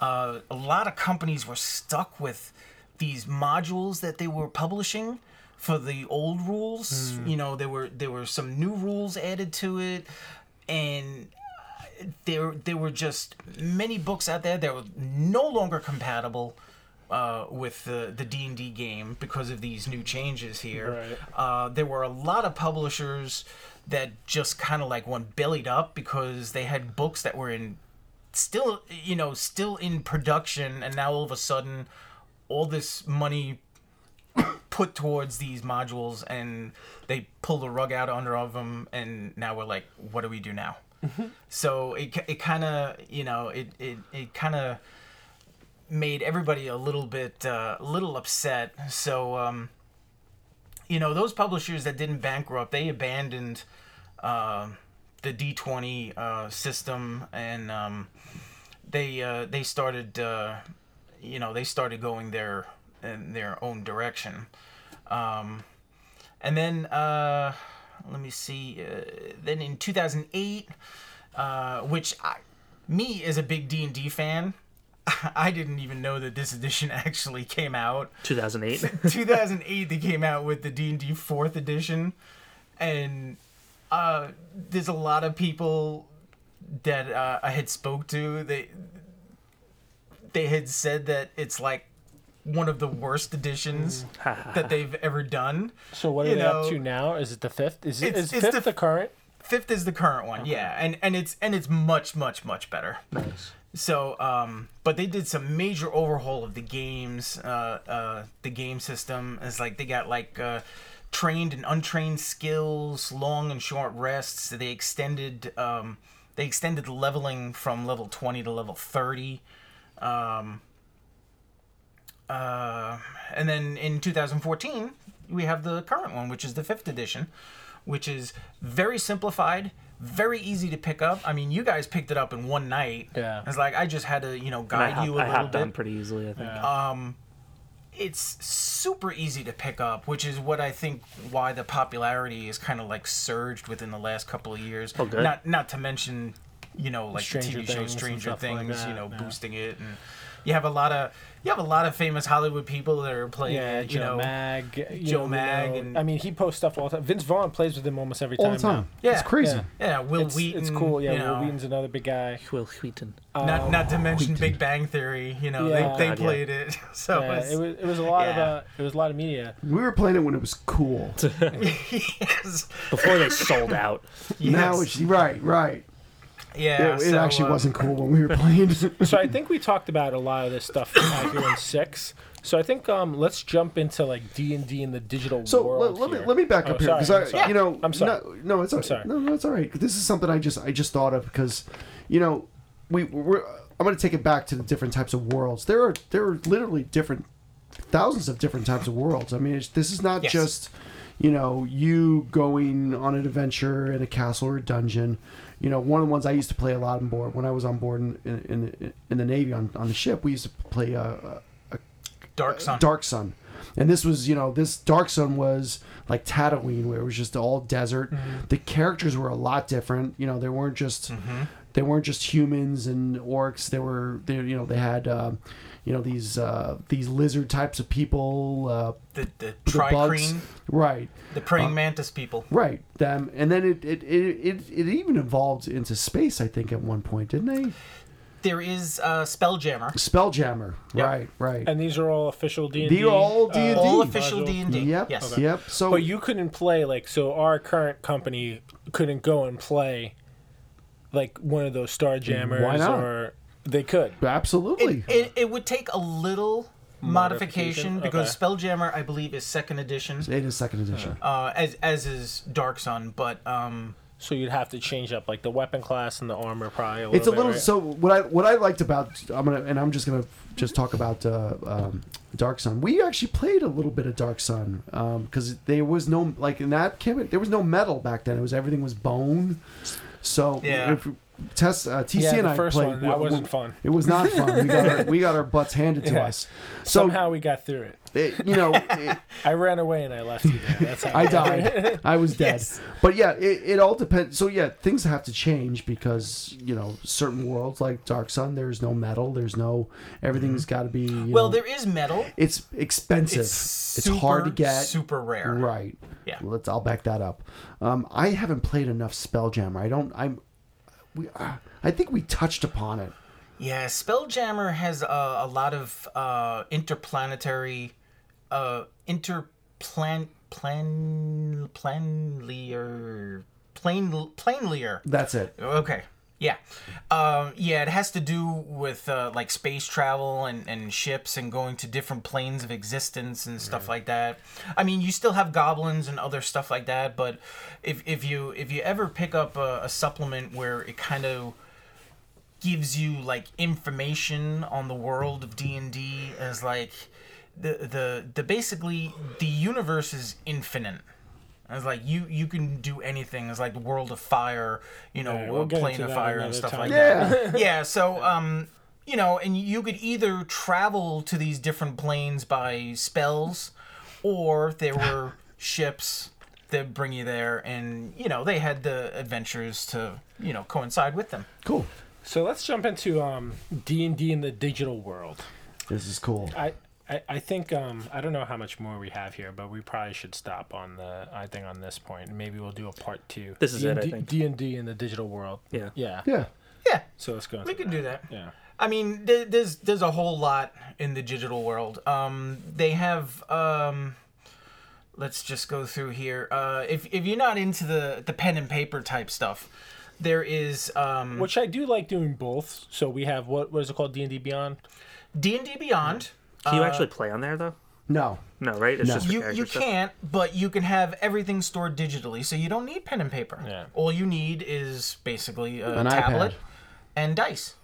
S4: Uh, a lot of companies were stuck with these modules that they were publishing for the old rules. You know, there were there were some new rules added to it, and there there were just many books out there that were no longer compatible uh, with the the D and D game because of these new changes here.
S1: Right.
S4: Uh, there were a lot of publishers that just kind of like went bellied up because they had books that were in still you know still in production and now all of a sudden all this money put towards these modules and they pull the rug out under of them and now we're like what do we do now so it, ki- it kind of you know it it, it kind of made everybody a little bit uh, a little upset so um you know those publishers that didn't bankrupt they abandoned um the d20 uh, system and um, they uh, they started uh, you know they started going their in their own direction um, and then uh, let me see uh, then in 2008 uh, which I, me as a big d&d fan <laughs> i didn't even know that this edition <laughs> actually came out
S3: <laughs> 2008.
S4: 2008 they came out with the d&d fourth edition and uh, there's a lot of people that uh, i had spoke to they they had said that it's like one of the worst editions that they've ever done
S1: so. What are
S4: You
S1: they up
S4: know,
S1: to now? Is it the fifth? Is, it
S4: it's-
S1: is
S4: it's
S1: fifth
S4: the-
S1: the current?
S4: fifth is the current one yeah and and it's and it's much much much better
S3: nice.
S4: so um but they did some major overhaul of the games uh uh the game system it's like they got like uh trained and untrained skills long and short rests they extended um they extended leveling from level 20 to level 30 um uh, and then in 2014 we have the current one which is the fifth edition which is very simplified very easy to pick up i mean you guys picked it up in one night
S1: Yeah.
S4: it's like i just had to you know
S3: And I,
S4: guide
S3: hop,
S4: you a
S3: I
S4: little
S3: hopped
S4: bit
S3: on pretty easily, I think.
S4: it's super easy to pick up which is what i think why the popularity is kind of like surged within the last couple of years
S3: Oh, good.
S4: not not to mention you know like
S1: Stranger
S4: the tv show
S1: Things and
S4: stranger
S1: stuff like
S4: things you
S1: that,
S4: know
S1: yeah.
S4: boosting it and you have a lot of you have a lot of famous hollywood people that are playing
S1: Yeah,
S4: it,
S1: Joe
S4: you know
S1: Mag, you
S4: Joe
S1: know, we
S4: Mag
S1: know-
S4: and-
S1: I mean, he posts stuff all the time. Vince Vaughn plays with him almost every time.
S2: all the time.
S1: now.
S4: Yeah,
S2: it's crazy.
S1: yeah.
S4: Yeah, Will
S1: It's,
S4: Wheaton.
S1: it's cool. Yeah,
S4: you know,
S1: Will Wheaton's another big guy.
S3: Will Wheaton.
S2: Oh,
S4: Not not to mention Big Bang Theory. You know,
S1: Yeah.
S4: they, they
S3: God, yeah.
S4: played it. <laughs> So
S1: Yeah,
S4: it's,
S1: it was it was a lot of
S4: yeah.
S1: uh, it was a lot of media.
S2: We were playing it when it was cool.
S4: yes,
S3: Before they sold out.
S2: Now
S4: yes.
S2: it's right, right.
S4: yeah.
S2: it it
S4: so,
S2: actually
S4: um,
S2: wasn't cool when we were playing.
S1: So I think we talked about a lot of this stuff <coughs> uh, here in six. So I think um, let's jump into like D and D in the digital
S2: So
S1: world.
S2: let, let me
S1: here.
S2: let me back
S1: Oh,
S2: up here
S1: sorry,
S2: because
S1: I'm
S2: I,
S1: sorry.
S2: you know,
S1: I'm sorry.
S2: No, no, it's all right.
S1: sorry.
S2: No, no, it's all right. This is something I just I just thought of because, you know, we we're I'm going to take it back to the different types of worlds. There are there are literally different thousands of different types of worlds. I mean, it's, this is not
S4: Yes.
S2: just you know you going on an adventure in a castle or a dungeon. You know, one of the ones I used to play a lot on board when I was on board in in, in, in the navy on, on the ship. We used to play uh, uh,
S4: Dark Sun.
S2: Dark Sun. And this was, you know, this Dark Sun was like Tatooine, where it was just all desert.
S4: Mm-hmm.
S2: The characters were a lot different. You know, they weren't just they weren't just humans and orcs. They were, they you know, they had, uh, you know, these uh, these lizard types of people, uh,
S4: The the
S2: the bugs,
S4: Tricrine,
S2: right?
S4: the praying mantis people.
S2: Right. Them, and then it it, it it it even evolved into space. I think at one point, didn't they?
S4: There is uh, Spelljammer.
S2: Spelljammer.
S4: Yep.
S2: Right. Right.
S1: And these are all official D and D. uh,
S2: These are all D&D.
S4: All official D
S1: D.
S4: and D.
S2: yep.
S4: Yes.
S2: Yep. So
S1: But you couldn't play like so. Our current company couldn't go and play like one of those Star Jammers
S2: Why not?
S1: or they could.
S2: Absolutely.
S4: It, it, it would take a little
S1: Modification,
S4: modification, because Spelljammer, I believe, is second edition,
S2: it is second edition.
S4: uh, as as is Dark Sun. But um,
S1: So you'd have to change up like the weapon class and the armor probably. A little
S2: it's a
S1: bit,
S2: little
S1: right?
S2: so what i what i liked about i'm gonna and i'm just gonna just talk about uh, um, dark sun we actually played a little bit of dark sun because there was no like in that campaign there was no metal back then it was everything was bone so
S4: Yeah.
S2: if, Tess, uh, TC
S1: Yeah,
S2: and
S1: the
S2: I
S1: first
S2: played.
S1: one, that
S2: w-
S1: wasn't
S2: w-
S1: fun.
S2: It was not fun. We got our, we got our butts handed
S1: <laughs>
S2: to
S1: Yeah.
S2: us. So
S1: somehow we got through it.
S2: it- you know,
S1: <laughs>
S2: it-
S1: I ran away and I left you there. That's
S2: <laughs>
S1: how
S2: I
S4: <laughs>
S2: died. I was dead.
S4: Yes.
S2: But yeah, it, it all depends. So yeah, things have to change because you know certain worlds like Dark Sun, there's no metal, there's no everything's got to be. You
S4: Mm-hmm. well,
S2: know,
S4: there is metal.
S2: it's expensive.
S4: It's
S2: It's,
S4: super,
S2: hard to get.
S4: super rare.
S2: Right.
S4: Yeah.
S2: Let's. I'll back that up. Um, I haven't played enough Spelljammer. I don't. I'm. We. Uh, I think we touched upon it.
S4: Yeah, Spelljammer has uh, a lot of uh, interplanetary, uh, interplan plan planlier plane planelier.
S2: That's it.
S4: Okay. Yeah. Um, yeah, it has to do with uh, like space travel and, and ships and going to different planes of existence and stuff like that. I mean, you still have goblins and other stuff like that, but if, if you if you ever pick up a, a supplement where it kind of gives you like information on the world of D&D as like the the the basically the universe is infinite. It's like you you can do anything. It's like the world of fire, you know,
S1: Right, we'll get
S4: plane
S1: into
S4: of
S1: that
S4: fire and
S1: another
S4: stuff
S1: time.
S4: like
S2: Yeah.
S4: that. <laughs> Yeah. So um, you know, and you could either travel to these different planes by spells, or there were ships that bring you there, and you know they had the adventures to you know coincide with them.
S2: Cool.
S1: So let's jump into um D and D in the digital world.
S2: This is cool.
S1: I, I, I think um I don't know how much more we have here, but we probably should stop on the I think on this point. Maybe we'll do a part two.
S3: This is it, I think.
S1: D and D in the digital world.
S3: Yeah.
S1: Yeah.
S2: Yeah.
S4: Yeah,
S1: So let's go.
S4: we
S1: into
S4: could
S1: that.
S4: do that.
S1: Yeah.
S4: I mean, there- there's there's a whole lot in the digital world. Um, they have. Um, let's just go through here. Uh, if if you're not into the the pen and paper type stuff, there is um,
S1: Which I do like doing both. So we have what what is it called D and D Beyond?
S4: D and D Beyond.
S3: Can
S1: Uh,
S3: you actually play on there though?
S2: No.
S3: No, right? It's just for
S4: You
S3: character
S4: you
S3: stuff.
S4: can't, but you can have everything stored digitally, so you don't need pen and paper.
S1: Yeah.
S4: All you need is basically a
S2: An
S4: tablet
S2: iPad.
S4: and dice.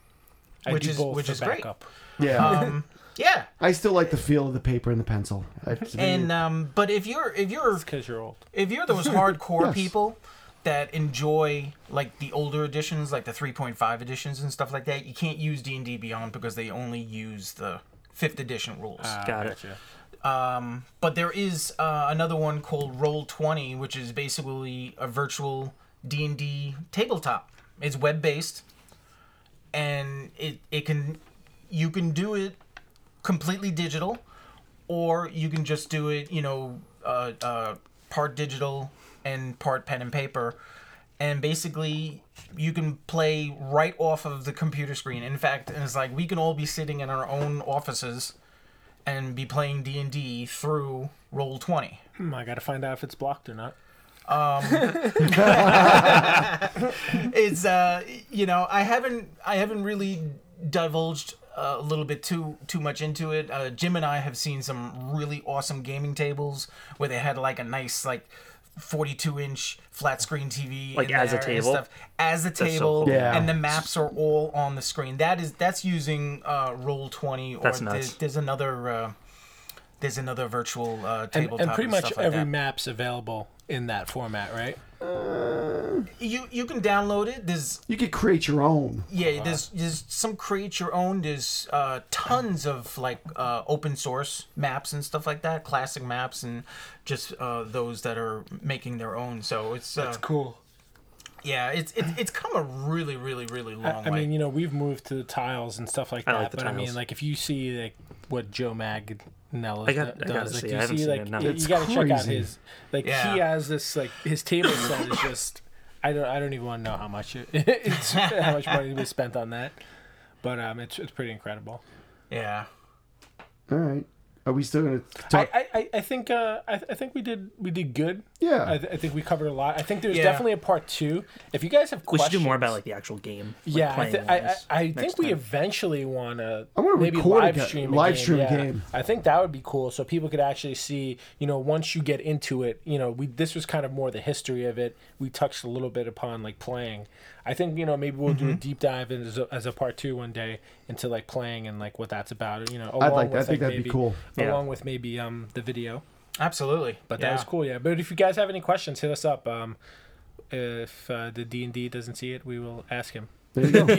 S1: I
S4: Which
S1: do
S4: is-
S1: both
S4: which
S1: for
S4: is great.
S1: backup.
S4: <laughs>
S2: Yeah.
S4: Um, yeah,
S2: I still like the feel of the paper and the pencil. I- to me,
S4: and um, but if you're if you're
S1: Because you're old.
S4: if you're those hardcore
S2: Yes.
S4: people that enjoy like the older editions like the 3.5 editions and stuff like that you can't use d&d beyond because they only use the fifth edition rules
S1: Ah,
S3: Got it.
S1: gotcha.
S4: um, but there is uh, another one called roll 20 which is basically a virtual d&d tabletop it's web-based and it, it can you can do it completely digital or you can just do it you know uh, uh, part digital and part pen and paper and basically you can play right off of the computer screen in fact it's like we can all be sitting in our own offices and be playing d&d through roll 20
S1: Hmm, I gotta find out if it's blocked or not.
S4: it's uh you know i haven't i haven't really divulged uh, a little bit too too much into it uh, jim and i have seen some really awesome gaming tables where they had like a nice like 42 inch flat screen tv
S3: Like
S4: in
S3: as a
S4: there and
S3: table?
S4: stuff. as a
S3: so
S4: table
S3: cool.
S2: Yeah.
S4: and the maps are all on the screen that is that's using uh roll 20 or
S3: That's
S4: there-
S3: nuts.
S4: there's another uh there's another virtual uh,
S1: And,
S4: tabletop
S1: and pretty much
S4: stuff like
S1: every
S4: that.
S1: map's available in that format, right?
S4: you you can download it. There's
S2: you could create your own.
S4: Yeah, there's there's some create your own. There's uh, tons of like uh, open source maps and stuff like that, classic maps and just uh, those that are making their own. So it's uh,
S1: Cool.
S4: yeah, it's, it's it's come a really really really long
S1: I
S4: way.
S1: mean, you know, we've moved to the tiles and stuff like that,
S3: like the
S1: but I mean,
S3: tiles.
S1: like if you see like what Joe Magnella
S3: I got- I gotta
S1: does, like
S3: see, I
S1: you
S3: haven't
S1: see,
S3: seen
S1: like
S3: it, no.
S1: you,
S2: It's
S1: you gotta check out
S2: crazy.
S1: his, like
S4: Yeah.
S1: he has this like his table set
S3: <laughs>
S1: is just, I don't, I don't even want to know how much it, <laughs> it's, how much money was spent on that, but um, it's it's pretty incredible.
S4: yeah,
S2: All right. Are we still going to talk?
S1: I, I, I think uh, I, I think we did we did good.
S2: Yeah.
S1: I, th- I think we covered a lot. I think there's
S4: Yeah.
S1: definitely a part two. If you guys have
S3: We
S1: questions,
S3: should do more about like the actual game. Like,
S1: yeah, I,
S3: playing
S1: th- I, I,
S3: wise
S1: I
S3: next
S1: think we
S3: time.
S1: eventually want to.
S2: I wanna
S1: maybe
S2: record a
S1: live
S2: ga-
S1: stream
S2: live
S1: a game.
S2: stream
S1: yeah.
S2: game.
S1: I think that would be cool, so people could actually see. You know, once you get into it, you know, we this was kind of more the history of it. We touched a little bit upon like playing. I think you know maybe we'll do a
S2: Mm-hmm.
S1: deep dive in as a, as a part two one day into like playing and like what that's about. You know, along
S2: like that. I
S1: with,
S2: think that'd be
S1: maybe-
S2: cool.
S3: Yeah.
S1: Along with maybe um the video.
S4: Absolutely.
S1: But that was cool, yeah. But if you guys have any questions, hit us up. Um, if uh, the D and D doesn't see it, we will ask him.
S2: there you go.
S1: <laughs> Yeah,
S4: <laughs>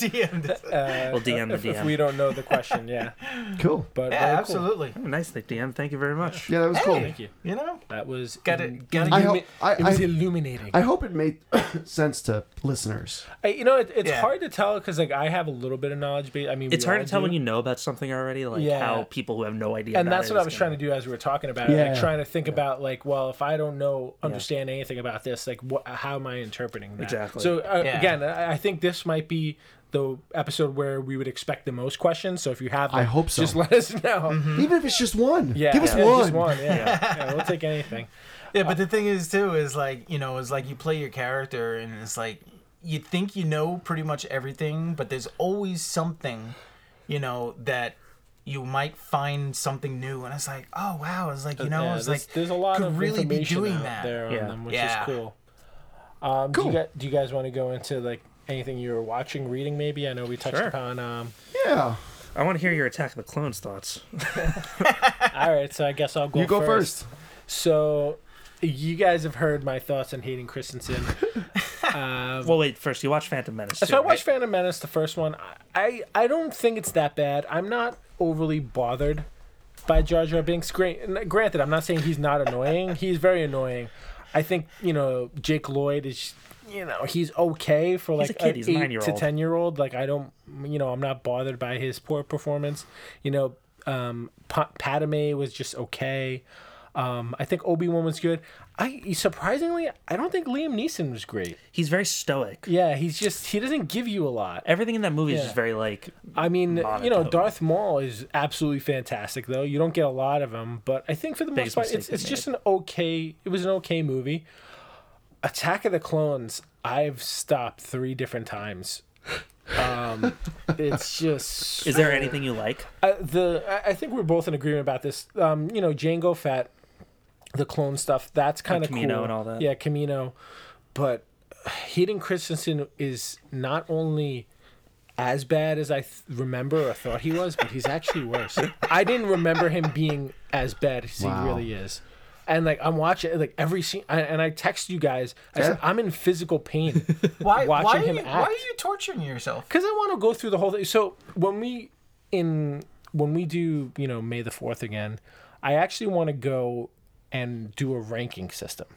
S4: yeah,
S3: We'll DM the
S1: if, if
S3: DM.
S1: we don't know the question,
S3: <laughs>
S1: yeah.
S2: cool.
S1: But very cool.
S4: absolutely.
S3: Nice DM. Thank you very much.
S2: Yeah, that was cool.
S4: Hey.
S1: Thank you.
S4: You know,
S1: That was
S4: Gotta-
S1: illumi-
S4: gotta-
S2: I
S1: illumi-
S2: hope I,
S1: it was
S2: I,
S1: illuminating.
S2: I hope it made <coughs> sense to listeners.
S1: I- you know, it, it's
S4: Yeah.
S1: hard to tell because like I have a little bit of knowledge base. I mean,
S3: It's
S1: we
S3: hard
S1: all
S3: to tell
S1: do.
S3: when you know about something already, like
S1: Yeah.
S3: how people who have no idea.
S1: And
S3: about
S1: that's
S3: it
S1: what I
S3: is
S1: was
S3: gonna-
S1: trying to do as we were talking about it,
S2: Yeah.
S1: like trying to think about like, well, if I don't know, understand anything about this, like, what, how am I interpreting that?
S3: Exactly.
S1: So uh,
S4: Yeah.
S1: again, I, I think this might be the episode where we would expect the most questions. So if you have,
S2: I
S1: them,
S2: hope so.
S1: Just <laughs> let us know.
S3: Mm-hmm.
S2: Even if it's just one.
S1: Yeah,
S2: Give us
S1: yeah,
S2: one.
S1: Just one.
S3: <laughs>
S1: Yeah. yeah, we'll take anything.
S4: Yeah, but the thing is too is like you know is like you play your character and it's like you think you know pretty much everything, but there's always something, you know that you might find something new, and it's like oh wow, it's like you know
S1: yeah,
S4: it's
S1: there's,
S4: like
S1: there's a lot
S4: could
S1: of
S4: really be
S1: information
S4: doing
S1: out
S4: that.
S1: there on
S3: Yeah.
S1: them, which
S4: Yeah.
S1: is cool. Um, Do
S2: Cool.
S1: you guys, do you guys want to go into like anything you were watching, reading? Maybe I know we touched
S3: Sure.
S1: upon. Um,
S2: Yeah.
S3: I want to hear your Attack of the Clones thoughts.
S1: all right, so I guess I'll go.
S2: you go first.
S1: So, you guys have heard my thoughts on Hayden Christensen. um,
S3: Well, wait. First, you watch Phantom Menace. too,
S1: so I watched
S3: right?
S1: Phantom Menace, the first one. I, I I don't think it's that bad. I'm not overly bothered by Jar Jar Binks. Gra- granted, I'm not saying he's not
S3: <laughs>
S1: annoying. He's very annoying. I think you know Jake Lloyd is. You know he's okay for like
S3: a kid,
S1: an
S3: he's a
S1: eight to
S3: nine-year-old.
S1: ten year old. Like I don't, you know, I'm not bothered by his poor performance. You know, um, pa- Padme was just okay. Um, I think Obi Wan was good. I surprisingly, I don't think Liam Neeson was great.
S3: He's very stoic.
S1: Yeah, he's just he doesn't give you a lot.
S3: Everything in that movie is
S1: Yeah.
S3: just very like.
S1: I mean, you know,
S3: Monotone.
S1: Darth Maul is absolutely fantastic, though. You don't get a lot of him, but I think for the
S3: Biggest
S1: most part, it's,
S3: mistake
S1: it's
S3: they
S1: just an okay. It was an okay movie. Attack of the Clones. I've stopped three different times. Um, <laughs> it's just
S3: Is there anything you like?
S1: I, the I- I think we're both in agreement about this. Um, you know, Django Fat, the clone stuff. That's kind of
S3: Camino
S1: cool.
S3: and all that.
S1: Yeah, Camino, but Hayden Christensen is not only as bad as I th- remember or thought he was, but he's actually worse. I didn't remember him being as bad as
S2: Wow.
S1: he really is. And like I'm watching like every scene, I, and I text you guys. I said
S2: Yeah.
S1: I'm in physical pain
S4: <laughs> <laughs> why
S1: watching
S4: why are
S1: him
S4: you,
S1: act
S4: why are you torturing yourself?
S1: because I want to go through the whole thing. So when we in when we do you know May the Fourth again, I actually want to go and do a ranking system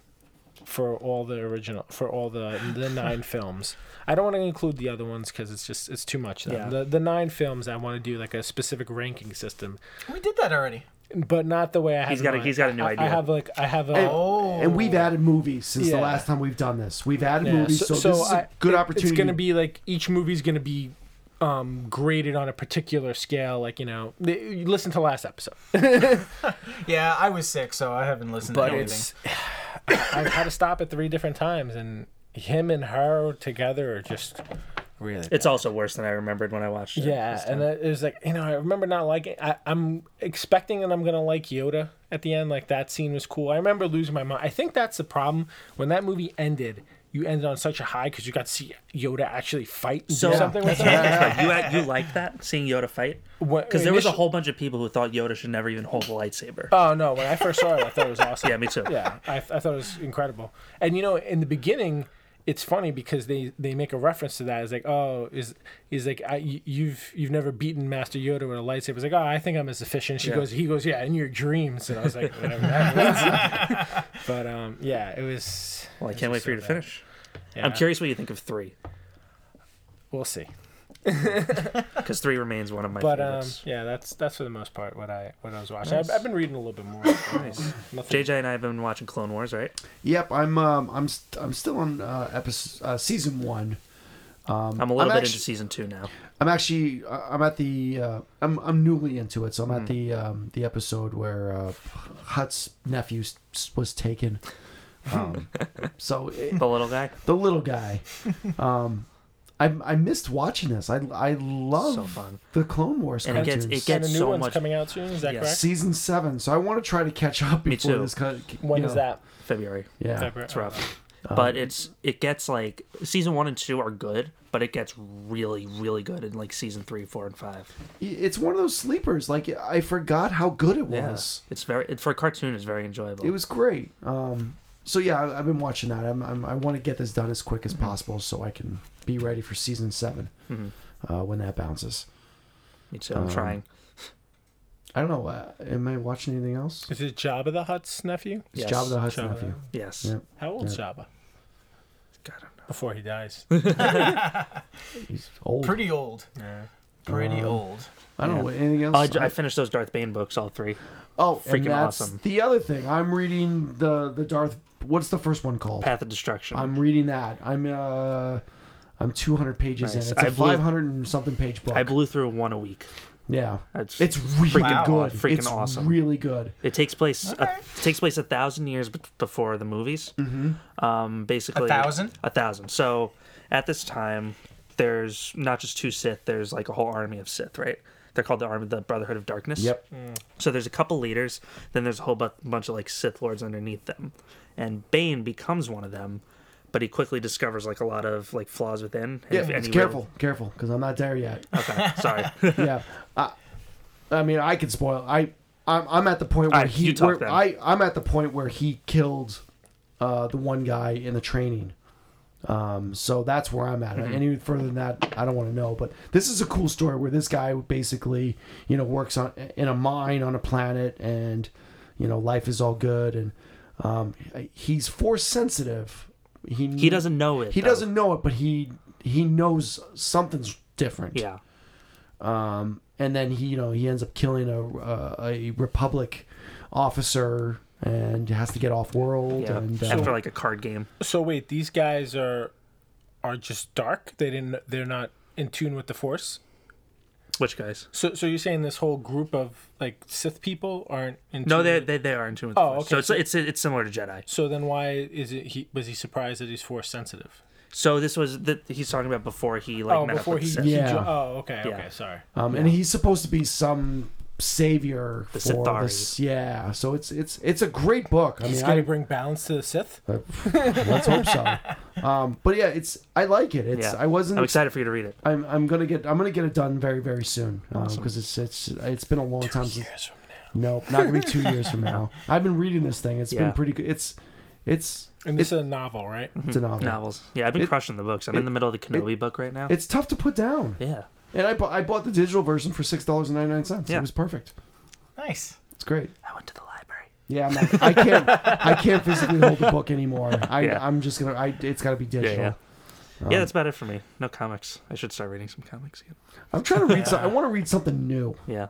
S1: for all the original for all the
S3: <laughs>
S1: the nine films. I don't want to include the other ones because it's just it's too much. Though.
S3: Yeah.
S1: The the nine films I want to do like a specific ranking system,
S4: We did that already.
S1: but not the way I have.
S3: He's
S1: in
S3: got a-
S1: mind.
S3: he's got a new
S1: I- I
S3: idea.
S1: have like I have a.
S4: Oh,
S2: And we've added movies since
S1: Yeah.
S2: the last time we've done this. We've added
S1: Yeah,
S2: movies, so, this is a
S1: I-
S2: good
S1: it-
S2: opportunity.
S1: It's going to be like each movie's going to be um, graded on a particular scale. Like you know, the- you listen to last episode,
S4: yeah. I was sick, so I haven't listened
S1: but
S4: to anything.
S1: it's I've had to stop it three different times, and him and her together are just really.
S3: It's also worse than I remembered when I watched it.
S1: yeah,
S3: this time.
S1: and it was like you know I remember not liking. I, I'm expecting that I'm gonna like Yoda at the end. Like that scene was cool. I remember losing my mind. I think that's the problem when that movie ended. You ended on such a high because you got to see Yoda actually fight and
S3: So
S1: do something with
S3: <laughs> that's
S1: him.
S3: what I was gonna ask about. you you <laughs> like that seeing Yoda fight?
S1: When-
S3: Because there was a
S1: initial-
S3: whole bunch of people who thought Yoda should never even hold
S1: <laughs>
S3: the lightsaber.
S1: Oh no! When I first saw it, I thought it was awesome.
S3: Yeah, me too.
S1: Yeah, I, I thought it was incredible. And you know, in the beginning, it's funny because they they make a reference to that. It's like, oh, is is like I, you- you've you've never beaten Master Yoda with a lightsaber. It's like, oh, I think I'm as efficient. She goes, he goes, yeah, in your dreams. And I was like, whatever
S3: <laughs>
S1: that means. but um, yeah, it was.
S3: Well, I can't wait for you to finish.
S1: Yeah.
S3: I'm curious what you think of three,
S1: We'll see.
S3: because three remains one of my
S1: But um,
S3: favorites.
S1: yeah, that's that's for the most part what I what I was watching.
S3: Nice.
S1: I've, I've been reading a little bit more. nice. Nothing.
S3: JJ and I have been watching Clone Wars, right?
S2: Yep, I'm um, I'm st- I'm still on uh, episode uh, season one.
S3: I'm a little
S2: I'm
S3: bit
S2: actu-
S3: into season two now.
S2: I'm actually I- I'm at the uh, I'm I'm newly into it, so I'm
S3: Hmm.
S2: at the um, the episode where uh, Hut's nephew s- was taken.
S3: <laughs>
S2: Um, so it,
S3: The little guy.
S2: the little guy, um, I I missed watching this. I I love
S3: So fun.
S2: the Clone Wars
S3: And it gets-
S2: cartoons.
S3: it
S1: and the
S3: It's
S1: new
S3: so
S1: one's
S3: much-
S1: coming out soon. Is that
S3: Yes.
S1: correct?
S2: season seven. So I want to try to catch up
S3: Me
S2: before
S3: too.
S2: this cut.
S1: When
S2: you
S1: is
S2: know.
S1: that?
S3: February.
S2: Yeah.
S1: February.
S3: It's rough.
S2: Uh,
S3: but it's it gets like season one and two are good, but it gets really, really good in like season three, four, and five.
S2: it's one of those sleepers. Like I forgot how good it was.
S3: It's very it, for a cartoon. It's very enjoyable.
S2: It was great. Um, so yeah, I, I've been watching that. I'm, I'm, I want to get this done as quick
S3: Mm-hmm.
S2: as possible so I can be ready for season 7
S3: Mm-hmm.
S2: uh, when that bounces.
S3: Me too. I'm
S2: um,
S3: trying.
S2: I don't know. Uh, am I watching anything else?
S1: Is it Jabba the Hutt's nephew?
S2: It's
S3: Yes.
S2: Jabba the Hutt's
S1: Jabba.
S2: nephew.
S3: Yes.
S2: Yeah.
S1: How old's Jabba
S3: God, I don't know.
S1: before he dies?
S2: He's old.
S4: Pretty old. Pretty
S1: Uh-huh.
S4: old.
S2: I don't know anything else.
S3: Oh, I j- I finished those Darth Bane books, all three.
S2: oh,
S3: freaking
S2: and that's
S3: awesome.
S2: the other thing. I'm reading the the Darth. What's the first one called?
S3: Path of Destruction.
S2: I'm reading that. I'm uh, I'm 200 pages
S3: Nice.
S2: in. It's a
S3: I blew-
S2: 500 and something page book.
S3: I blew through one a week.
S2: yeah,
S3: It's,
S2: it's really
S4: Wow.
S2: good.
S3: Freaking
S2: it's
S3: awesome.
S2: Really good.
S3: it takes place a,
S4: Okay.
S3: it takes place a thousand years be- before the movies. Mm-hmm. Um, basically
S4: A thousand?
S3: A thousand. So at this time, there's not just two Sith. There's like a whole army of Sith, right? They're called the Army, the Brotherhood of Darkness.
S2: Yep.
S3: So there's a couple leaders, then there's a whole bu- bunch of like Sith lords underneath them, and Bane becomes one of them, but he quickly discovers like a lot of like flaws within. and
S2: Yeah,
S3: if
S2: it's
S3: any
S2: careful, careful, because I'm not there
S3: <laughs>
S2: yet.
S3: real- okay,
S2: <laughs>
S3: sorry.
S2: yeah, I, I mean, I could spoil. I, I'm, I'm at the point where
S3: Alright,
S2: he,
S3: you talk
S2: where
S3: then.
S2: I, I'm at the point where he killed, uh, the one guy in the training. Um, so that's where I'm at.
S3: Mm-hmm.
S2: Any further than that, I don't want to know. But this is a cool story where this guy basically, you know, works on in a mine on a planet, and you know, life is all good, and um, he's force sensitive. He
S3: He doesn't know it.
S2: he
S3: though.
S2: doesn't know it, but he he knows something's different.
S3: Yeah.
S2: Um, and then he you know he ends up killing a a, a republic officer and has to get off world
S3: Yeah.
S2: and uh,
S3: After like a card game.
S1: So wait, these guys are are just dark. They didn't. They're not in tune with the Force.
S3: Which guys?
S1: So so you're saying this whole group of like Sith people aren't in
S3: No,
S1: tune
S3: they
S1: with-
S3: they, they are in tune with the
S1: Oh,
S3: Force.
S1: okay.
S3: So it's, it's it's similar to Jedi.
S1: So then why is it? He was he surprised that he's Force sensitive?
S3: So this was that he's talking about before he like
S1: oh,
S3: met
S1: before
S3: up
S1: he.
S3: with the
S1: he
S3: Sith.
S2: Yeah.
S1: jo- oh, okay.
S3: Yeah.
S1: Okay. Sorry.
S2: um, and he's supposed to be some savior
S3: The
S2: for
S3: Sithari.
S2: this yeah so it's it's it's a great book i
S1: He's
S2: mean
S1: gonna
S2: I,
S1: bring balance to the Sith.
S2: uh, <laughs> let's hope
S3: <laughs>
S2: so um but yeah it's i like it it's
S3: Yeah.
S2: i wasn't
S3: I'm excited for you to read it.
S2: I'm, I'm gonna get i'm gonna get it done very very soon because it's it's it's been a long time since
S1: Years from now.
S2: Nope, not gonna be two years from now. I've been reading this thing. It's
S3: Yeah.
S2: been pretty good. It's, it's,
S1: And this is a novel, right?
S2: it's a novel.
S3: Novels. Yeah, I've been crushing the books. I'm in the middle of the Kenobi book right now.
S2: It's tough to put down.
S3: yeah.
S2: And I bought, I bought the digital version for six dollars and ninety nine cents.
S3: Yeah.
S2: It was perfect.
S4: Nice.
S2: It's great.
S3: I went to the library.
S2: Yeah, I'm not, I can't, I can't physically hold the book anymore. I,
S3: Yeah.
S2: I'm just gonna, I, it's gotta be digital.
S3: yeah. yeah, that's about it for me. No comics. I should start reading some comics again.
S2: I'm trying to read. some, I want to read something new.
S3: Yeah.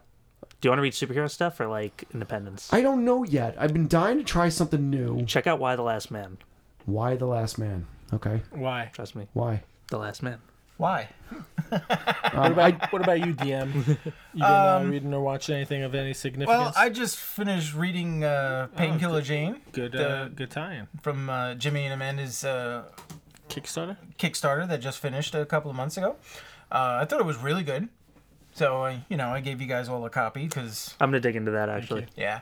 S3: Do you want to read superhero stuff or like Independence?
S2: I don't know yet. I've been dying to try something new.
S3: Check out Why the Last Man.
S2: Why the Last Man? Okay,
S1: Why?
S3: Trust me,
S2: why?
S3: The Last Man.
S4: Why?
S2: Um,
S1: What
S2: I,
S1: about, what about you, DM? You been uh, reading or watching anything of any
S4: Well,
S1: significance?
S4: I just finished reading uh, Painkiller Jane
S1: Oh, good, uh,
S4: the-
S1: good tie-in.
S4: from uh, Jimmy and Amanda's uh,
S1: Kickstarter.
S4: Kickstarter that just finished a couple of months ago. Uh, I thought it was really good. So, I, you know, I gave you guys all a copy because,
S3: I'm gonna dig into that actually.
S4: yeah.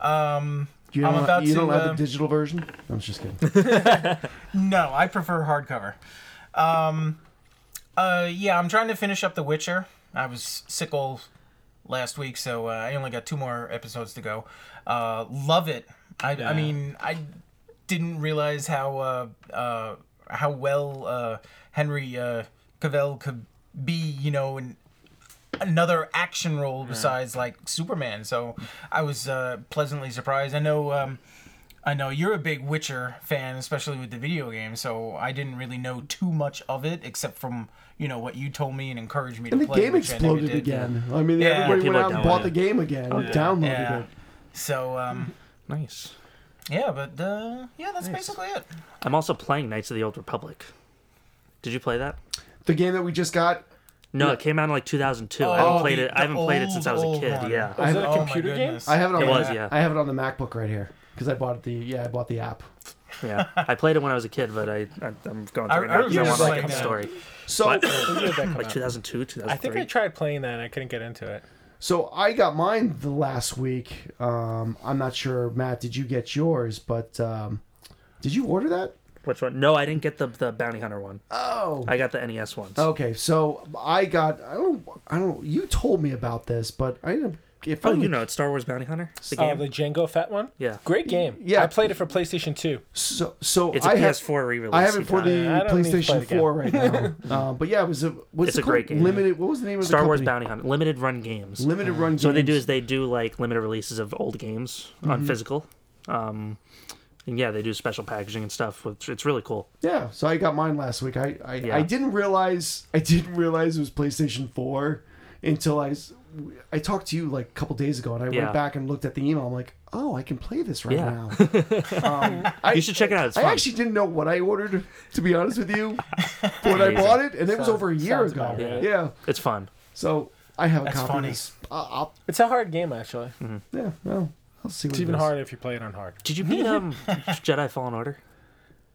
S4: Um,
S2: you
S4: I'm
S2: don't,
S4: about
S2: you don't
S4: to,
S2: have
S4: uh,
S2: the digital version? I was just kidding.
S4: No, I prefer hardcover. Um, uh, yeah, I'm trying to finish up The Witcher. I was sick all last week, so uh, I only got two more episodes to go. Uh, love it. I, I mean, I didn't realize how uh, uh, how well uh, Henry uh, Cavill could be, you know, in another action role
S2: Hmm.
S4: besides like Superman. So I was uh, pleasantly surprised. I know. Um, I know you're a big Witcher fan, especially with the video game. So I didn't really know too much of it, except from you know what you told me and encouraged me
S2: <laughs> And
S4: to
S2: the
S4: play.
S2: game
S4: which I never
S2: exploded
S4: did.
S2: again. I mean,
S4: Yeah,
S2: everybody
S3: people
S2: went out and bought
S3: downloaded
S2: the
S3: it.
S2: game again, or downloaded
S4: Yeah.
S2: it.
S4: So um,
S3: Nice.
S4: yeah, but uh, yeah, that's basically it.
S3: I'm also playing Knights of the Old Republic. Did you play that?
S2: The game that we just got.
S3: No, it came out in like 2002. I haven't
S4: Oh,
S3: played
S4: the-
S3: it. I haven't
S4: the
S3: played it since I was a
S4: old
S3: kid.
S4: one.
S3: Yeah.
S1: Was
S2: I-
S1: it a
S4: Oh my
S1: computer game?
S4: goodness.
S2: I have it on.
S3: It
S2: the,
S3: was, yeah.
S2: I have it on the MacBook right here because I bought the yeah I bought the app.
S3: Yeah, I played it when I was a kid, but I, I I'm going
S4: I-
S3: through it
S4: I
S3: now 'cause I,
S4: remember
S3: want like
S4: playing
S3: a
S4: that.
S3: story.
S2: So
S1: When did that come
S3: Like <laughs>
S1: out?
S3: 2002,
S1: I think I
S3: 2003.
S1: tried playing that and I couldn't get into it.
S2: <coughs> So I got mine the last week. Um, I'm not sure, Matt. Did you get yours? But um, did you order that?
S3: Which one? No, I didn't get the the bounty hunter one.
S2: Oh.
S3: I got the NES ones.
S2: Okay. So I got. I don't. I don't. You told me about this, but I didn't. If
S3: Oh,
S2: I
S3: you know, it's Star Wars Bounty Hunter. The
S1: Oh,
S3: game.
S1: the Django Fat one.
S3: Yeah.
S1: great game.
S2: Yeah.
S1: I played it for PlayStation Two.
S2: So so
S3: It's a
S2: I have-
S3: PS4 re-release.
S2: I have it
S3: you
S2: for
S3: got it.
S2: the
S1: I don't need to play
S2: PlayStation
S1: the game.
S2: 4 right
S1: <laughs>
S2: now. um, but yeah, it was a. What's
S3: It's
S2: it
S3: a great
S2: called?
S3: game.
S2: Limited. What was the name of
S3: Star
S2: the
S3: Wars
S2: company?
S3: Bounty Hunter limited run games.
S2: Limited run.
S3: So what they do is they do like limited releases of old games
S2: Mm-hmm.
S3: on physical. Um, and yeah, they do special packaging and stuff, which it's really cool.
S2: Yeah, so I got mine last week. I I,
S3: Yeah.
S2: I didn't realize I didn't realize it was PlayStation Four until I s- I talked to you like a couple days ago, and I
S3: Yeah.
S2: went back and looked at the email. I'm like, oh, I can play this right
S3: Yeah. <laughs>
S2: now. um, I,
S3: You should check it out. It's
S2: I
S3: fun.
S2: actually didn't know what I ordered, to be honest with
S3: <laughs>
S2: you, when I
S3: Amazing.
S2: bought it, and it was
S1: Sounds-
S2: over a year
S1: sounds
S2: ago.
S1: about
S2: Yeah.
S1: right.
S3: It's fun.
S2: so I have a
S4: That's
S2: copy.
S4: funny.
S2: Of this. I- I'll-
S1: It's a hard game actually.
S2: yeah, well, I'll see. What
S1: It's
S2: it
S1: even
S2: is.
S1: harder if you play it on hard.
S3: Did you
S4: <laughs>
S3: beat um Jedi Fallen Order?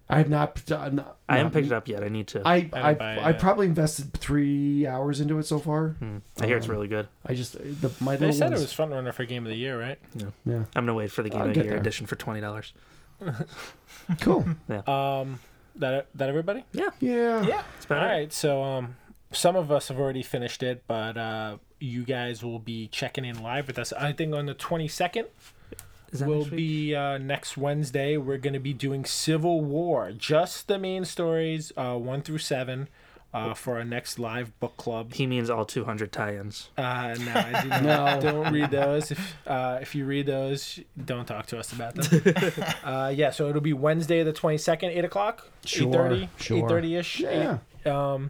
S2: I have not. I'm not
S3: I
S2: not-
S3: haven't picked it up yet. I need to. I,
S2: I I,
S1: buy it
S2: I
S1: yet.
S2: probably invested three hours into it so far.
S3: Hmm. hear
S2: Um,
S3: it's really good.
S2: I just uh, the, my
S1: They
S2: little
S1: said it
S2: ones-
S1: was front runner for game of the year, right?
S2: Yeah.
S3: I'm gonna wait for the Game
S2: I'll
S3: of the
S2: get
S3: Year
S2: there.
S3: edition for twenty dollars.
S1: <laughs>
S2: Cool.
S1: Um, that that everybody.
S2: Yeah.
S4: Yeah.
S3: It's
S1: All
S3: better.
S1: right, so um, some of us have already finished it, but uh, you guys will be checking in live with us. I think on the twenty second
S3: Is that
S1: will
S3: next week?
S1: be uh, next Wednesday. We're going to be doing Civil War, just the main stories, uh, one through seven, uh, for our next live book club.
S3: He means all 200 tie-ins.
S1: Uh, no, I
S2: <laughs>
S1: do not. Don't read those. If uh, if you read those, don't talk to us about them. uh, yeah, so it'll be Wednesday the twenty second, eight o'clock,
S2: Sure,
S1: eight thirty,
S2: sure.
S1: eight thirty ish.
S2: Yeah.
S1: Um,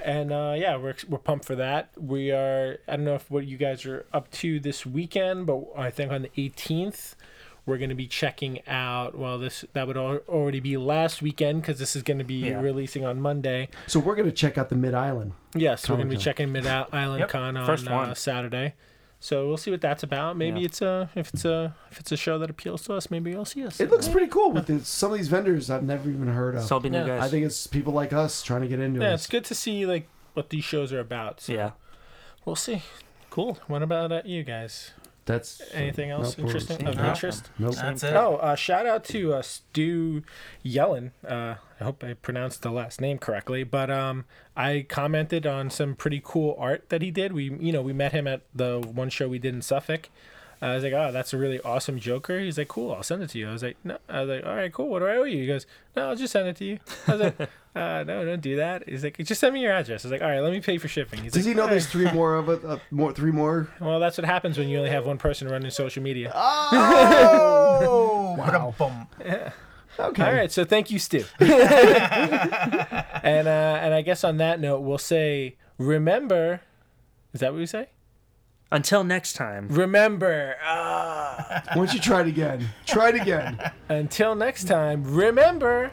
S1: and uh, yeah, we're ex- we're pumped for that. We are. I don't know if what you guys are up to this weekend, but I think on the eighteenth. We're going to be checking out. Well, this that would al- already be last weekend because this is going to be
S3: Yeah.
S1: releasing on Monday.
S2: So we're gonna check out the Mid Island.
S1: Yes, we're going to be
S2: Comic Con.
S1: checking Mid
S3: <laughs>
S1: Island
S4: Yep,
S1: Con on
S3: first
S1: Uh,
S3: one.
S1: Saturday. So we'll see what that's about. Maybe
S3: Yeah.
S1: it's a if it's a if it's a show that appeals to us, maybe you'll see us.
S2: It looks pretty cool with the, some of these vendors I've never even heard of.
S3: It's all been
S1: Yeah.
S3: you guys.
S2: Oh. I think it's people like us trying to get into
S1: yeah,
S2: it.
S1: it's good to see like what these shows are about. So
S3: yeah.
S1: we'll see. Cool. What about uh, you guys?
S2: That's
S1: Anything else
S2: Nope, we're-
S1: interesting of
S4: No.
S1: interest?
S2: Nope.
S4: That's it.
S1: Oh, uh, shout out to uh, Stu Yellen. Uh, I hope I pronounced the last name correctly, but um, I commented on some pretty cool art that he did. We, you know, we met him at the one show we did in Suffolk. I was like, "Oh, that's a really awesome Joker." He's like, "Cool, I'll send it to you." I was like, "No," I was like, "All right, cool. What do I owe you?" He goes, "No, I'll just send it to you." I was like, uh, "No, don't do that." He's like, "Just send me your address." I was like, "All right, let me pay for shipping." He's
S2: Does
S1: like,
S2: he know
S1: "All right."
S2: there's three more of it? Uh, more three more.
S1: Well, that's what happens when you only have one person running social media. <laughs>
S4: Oh, what a bump.
S1: <laughs>
S2: Okay.
S1: All right, so thank you, Stu. <laughs> and uh, and I guess on that note, we'll say remember. Is that what we say?
S3: Until next time.
S1: Remember. Ah.
S2: Why don't you try it again? Try it again.
S1: until next time, remember.